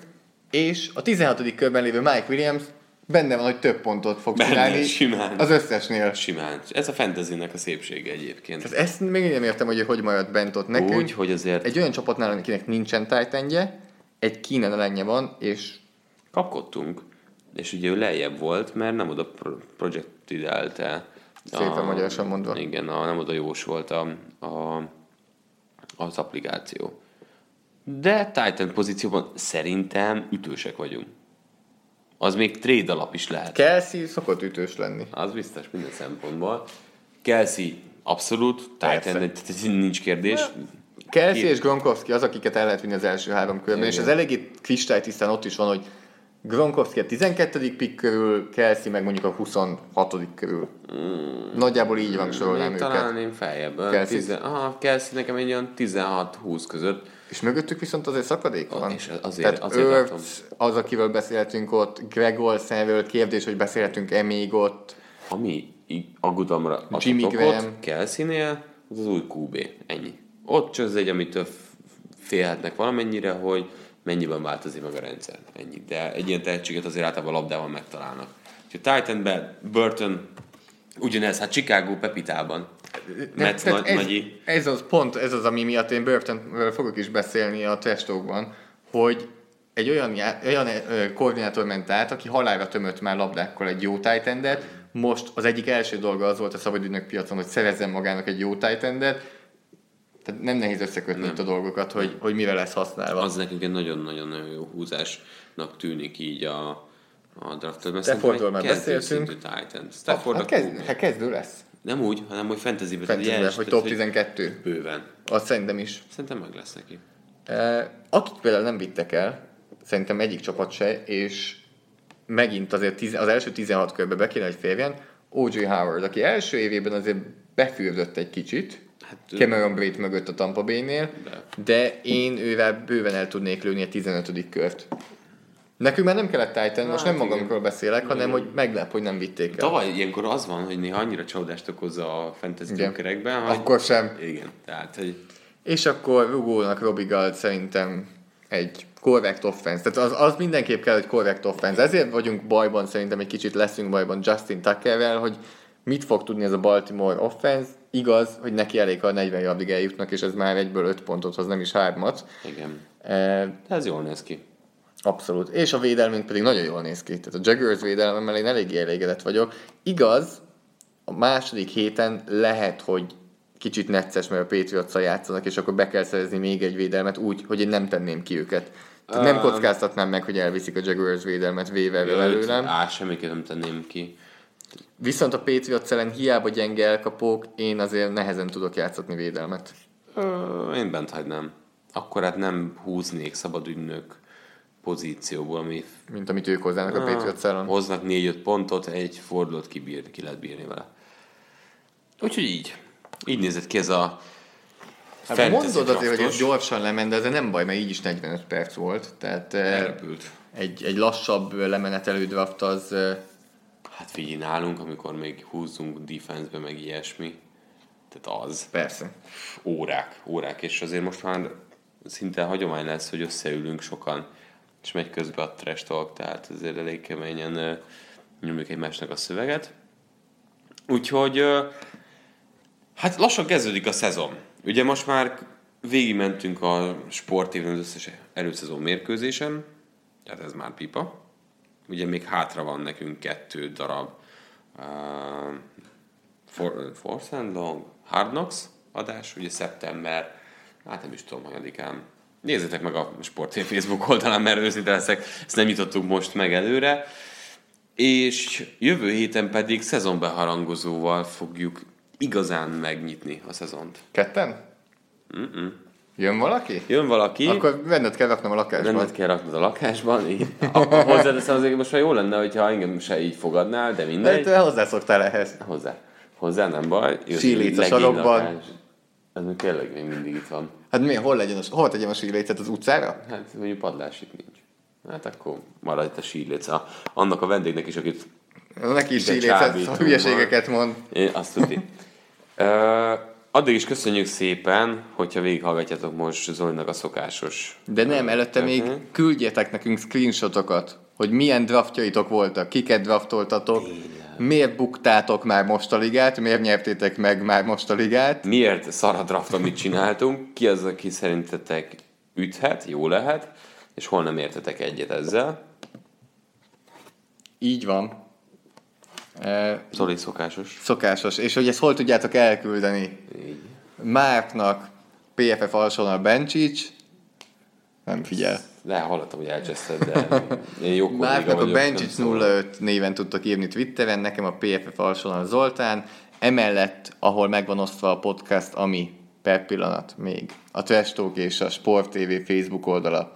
Speaker 4: és a tizenhatodik körben lévő Mike Williams benne van, hogy több pontot fog
Speaker 3: Benne,
Speaker 4: csinálni
Speaker 3: simán.
Speaker 4: az összesnél.
Speaker 3: Simán. Ez a fantasynek a szépsége egyébként.
Speaker 4: Tehát ezt még nem értem, hogy hogy maradt bent ott nekünk.
Speaker 3: Úgy, hogy azért-
Speaker 4: Egy olyan csapatnál, akinek nincsen tájtendje, egy kínen elenje van, és
Speaker 3: Kapkodtunk, és ugye ő lejjebb volt, mert nem oda pro- projektidelte.
Speaker 4: Szépen magyarosan mondva.
Speaker 3: Igen, a, nem oda jósolt a, a, az applikáció. De Titan pozícióban szerintem ütősek vagyunk. Az még trade alap is lehet.
Speaker 4: Kelsey szokott ütős lenni.
Speaker 3: Az biztos minden szempontból. Kelsey abszolút,
Speaker 4: Persze.
Speaker 3: Titan tehát nincs kérdés.
Speaker 4: Kelsey
Speaker 3: Ki-
Speaker 4: és Gronkowski az, akiket el lehet vinni az első három körben, és
Speaker 3: Igen.
Speaker 4: ez eléggé kristálytisztán ott is van, hogy Gronkowski a 12. pick körül, Kelsey meg mondjuk a 26. körül.
Speaker 3: Mm.
Speaker 4: Nagyjából így van sorolnám
Speaker 3: Én
Speaker 4: őket.
Speaker 3: talán én feljebb.
Speaker 4: Kelsey.
Speaker 3: Kelsey. Tizen, aha, Kelsey nekem egy olyan 16-20 között.
Speaker 4: És mögöttük viszont azért szakadék van.
Speaker 3: és azért-
Speaker 4: Tehát
Speaker 3: azért
Speaker 4: Ertz,
Speaker 3: látom.
Speaker 4: az, akiről beszéltünk ott, Greg Olsenről kérdés, hogy beszéltünk-e még ott.
Speaker 3: Ami ig- aggodalomra adhat
Speaker 4: Jimmy
Speaker 3: okot
Speaker 4: Graham.
Speaker 3: Kelsey-nél, az az új QB. Ennyi. Ott csöz egy, amitől f- félhetnek valamennyire, hogy mennyiben változik meg a rendszer. Ennyi. De egy ilyen tehetséget azért általában labdával megtalálnak. Úgyhogy Titanben Burton ugyanez, hát Chicago Pepitában. Metz
Speaker 4: Tehát
Speaker 3: nagy,
Speaker 4: ez,
Speaker 3: nagyi.
Speaker 4: ez az pont, ez az, ami miatt én Burtonről fogok is beszélni a testokban, hogy egy olyan, já- olyan ö, koordinátor ment át, aki halálra tömött már labdákkal egy jó tightendet, most az egyik első dolga az volt a szabadügynök piacon, hogy szerezzen magának egy jó tightendet, tehát nem nehéz összekötni itt a dolgokat, hogy, hogy mire lesz használva.
Speaker 3: Az nekünk egy nagyon-nagyon-nagyon jó húzásnak tűnik így a, a draftod.
Speaker 4: Staffordról már beszéltünk.
Speaker 3: Titan. Stafford
Speaker 4: Hát,
Speaker 3: hát,
Speaker 4: kezd, hát kezdő lesz.
Speaker 3: Nem úgy, hanem hogy fantasybe. tehát
Speaker 4: Fentőben,
Speaker 3: jelentse,
Speaker 4: hogy
Speaker 3: tehát,
Speaker 4: top 12.
Speaker 3: Bőven.
Speaker 4: Azt szerintem is.
Speaker 3: Szerintem meg lesz neki.
Speaker 4: E, Akit például nem vittek el, szerintem egyik csapat se, és megint azért tiz- az első 16 körbe be kéne, hogy férjen, O.J. Howard, aki első évében azért befürdött egy kicsit,
Speaker 3: Hát,
Speaker 4: Cameron Braid mögött a Tampa Bay-nél, de én ővel bőven el tudnék lőni a 15. kört. Nekünk már nem kellett Titan, most nem
Speaker 3: hát igen.
Speaker 4: magamról beszélek, hanem hogy meglep, hogy nem vitték el.
Speaker 3: Tavaly ilyenkor az van, hogy néha annyira csodást okoz a fantasy
Speaker 4: Igen.
Speaker 3: gyökerekben, hogy...
Speaker 4: Akkor sem.
Speaker 3: Igen, tehát, hogy
Speaker 4: És akkor rugónak Robigald szerintem egy korrekt offense. Tehát az, az mindenképp kell, hogy korrekt offense. Ezért vagyunk bajban, szerintem egy kicsit leszünk bajban Justin Tuckerrel, hogy mit fog tudni ez a Baltimore offense. Igaz, hogy neki elég, ha a 40 yardig eljutnak, és ez már egyből 5 pontot hoz, nem is 3-at.
Speaker 3: igen.
Speaker 4: E,
Speaker 3: De ez jól néz ki.
Speaker 4: Abszolút. És a védelmünk pedig nagyon jól néz ki. Tehát a Jaguars védelmemmel én eléggé elégedett vagyok. Igaz, a második héten lehet, hogy kicsit necces, mert a patriots játszanak, és akkor be kell szerezni még egy védelmet úgy, hogy én nem tenném ki őket. Tehát nem kockáztatnám meg, hogy elviszik a Jaguars védelmet véve
Speaker 3: Öt,
Speaker 4: belőlem.
Speaker 3: á, semmiképp nem tenném ki.
Speaker 4: Viszont a Patriots ellen hiába gyenge elkapók, én azért nehezen tudok játszatni védelmet.
Speaker 3: Ö, Én bent hagynám. Akkor hát nem húznék szabad ügynök pozícióból, ami Ah,
Speaker 4: Mint amit ők hozzának a Patriots ellen.
Speaker 3: hoznak 4-5 pontot, egy fordulót kibír, ki lehet bírni vele. Úgyhogy így. Így nézett ki ez a
Speaker 4: Hát
Speaker 3: fantasy
Speaker 4: mondod azért, hogy ez
Speaker 3: draftos.
Speaker 4: gyorsan lement, de ez nem baj, mert így is 45 perc volt. Tehát, eh,
Speaker 3: Elrepült.
Speaker 4: egy, egy lassabb lemenetelő draft az ö,
Speaker 3: Hát figyelj nálunk, amikor még húzzunk defense meg ilyesmi. Tehát az.
Speaker 4: persze.
Speaker 3: órák, órák, és azért most már szinte hagyomány lesz, hogy összeülünk sokan, és megy közbe a trash talk, tehát azért elég keményen ö, nyomjuk egymásnak a szöveget. Úgyhogy ö, hát lassan kezdődik a szezon. Ugye most már végigmentünk a sportévben az összes előszezon mérkőzésen, tehát ez már pipa. Ugye még hátra van nekünk kettő darab uh, For, uh, Force and Long Hard Knocks adás, ugye szeptember, hát nem is tudom, hanyadikán. Nézzétek meg a Sportfél Facebook oldalán, mert őszinte leszek, ezt nem jutottuk most meg előre. És jövő héten pedig szezonbeharangozóval fogjuk igazán megnyitni a szezont.
Speaker 4: Ketten? Mm-mm. Jön valaki?
Speaker 3: Jön valaki,
Speaker 4: Akkor benned kell raknom a lakásba.
Speaker 3: rendet kell raknod a lakásban, így. Akkor hozzáteszem azért, most már jó lenne, hogyha engem se így fogadnál, de
Speaker 4: De
Speaker 3: mindegy.
Speaker 4: te hozzászoktál ehhez.
Speaker 3: Hozzá. Hozzá nem baj. Jó,
Speaker 4: Sílít a
Speaker 3: legény
Speaker 4: sarokban.
Speaker 3: lakás. Ez még tényleg még mindig itt van.
Speaker 4: Hát mi, hol, legyen a, hol tegyem a sílécet az utcára?
Speaker 3: Hát mondjuk padlás itt nincs. Hát akkor marad itt a síléc. A, annak a vendégnek is, akit
Speaker 4: Neki is
Speaker 3: Ide
Speaker 4: sílécet,
Speaker 3: csábítunk
Speaker 4: ha hülyeségeket mond.
Speaker 3: én azt tudni. Ö, addig is köszönjük szépen, hogyha végighallgatjátok most Zolinak a szokásos.
Speaker 4: De nem, előtte még
Speaker 3: Mhm.
Speaker 4: küldjetek nekünk screenshotokat, hogy milyen draftjaitok voltak, kiket draftoltatok, miért buktátok már most a ligát, miért nyertétek meg már most a ligát.
Speaker 3: Miért szaradraft, amit csináltunk? Ki az, aki szerintetek üthet, jó lehet, és hol nem értetek egyet ezzel?
Speaker 4: Így van. E,
Speaker 3: Zoli szokásos.
Speaker 4: Szokásos. És hogy ezt hol tudjátok elküldeni? Márknak PFF alsónal Bencsics, nem figyel.
Speaker 3: De hallottam, hogy elcseszted, de én jó kolléga
Speaker 4: Márknak a
Speaker 3: vagyok, nem
Speaker 4: Bencsics
Speaker 3: szólok.
Speaker 4: 05 néven tudtok írni Twitteren, nekem a PFF alsónal Zoltán. Emellett, ahol megvan osztva a podcast, ami per pillanat még a Trestók és a Sport TV Facebook oldala.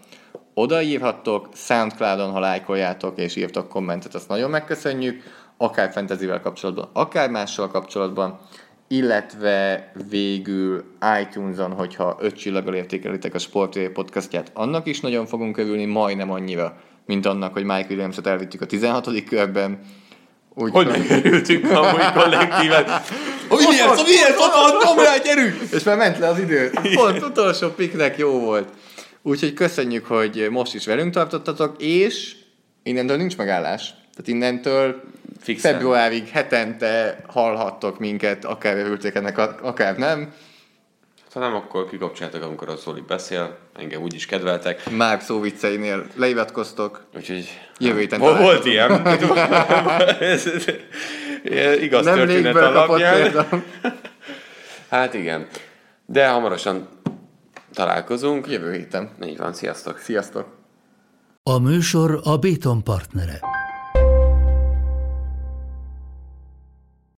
Speaker 4: odaírhattok, Soundcloud-on, ha lájkoljátok és írtok kommentet, azt nagyon megköszönjük, akár fantasyvel kapcsolatban, akár mással kapcsolatban, illetve végül iTunes-on, hogyha öt csillaggal értékelitek a Sport podcastját, annak is nagyon fogunk övülni, majdnem annyira, mint annak, hogy Mike Williams-et elvittük a 16. körben. Úgy,
Speaker 3: Hogy megkerültünk amúgy kollektíven. A Williams, a Williams, ott van, Tom rá, gyerünk!
Speaker 4: És már ment le az idő. Pont utolsó piknek jó volt. Úgyhogy köszönjük, hogy most is velünk tartottatok, és innentől nincs megállás. Tehát innentől
Speaker 3: Fixen.
Speaker 4: februárig hetente hallhattok minket, akár örültek ennek, akár nem.
Speaker 3: Ha Szóval nem, akkor kikapcsoltak, amikor a Zoli beszél. Engem úgy is kedveltek.
Speaker 4: Már szó vicceinél leivatkoztok.
Speaker 3: Úgyhogy...
Speaker 4: Jövő héten
Speaker 3: Vol- Volt
Speaker 4: találkozunk.
Speaker 3: ilyen. Ez- ez- ez Igaz
Speaker 4: Nem
Speaker 3: történet
Speaker 4: légből kapott
Speaker 3: alapján.
Speaker 4: példa.
Speaker 3: Hát igen. De hamarosan találkozunk.
Speaker 4: Jövő héten.
Speaker 3: Így van, sziasztok!
Speaker 4: Sziasztok!
Speaker 1: A műsor a Béton partnere.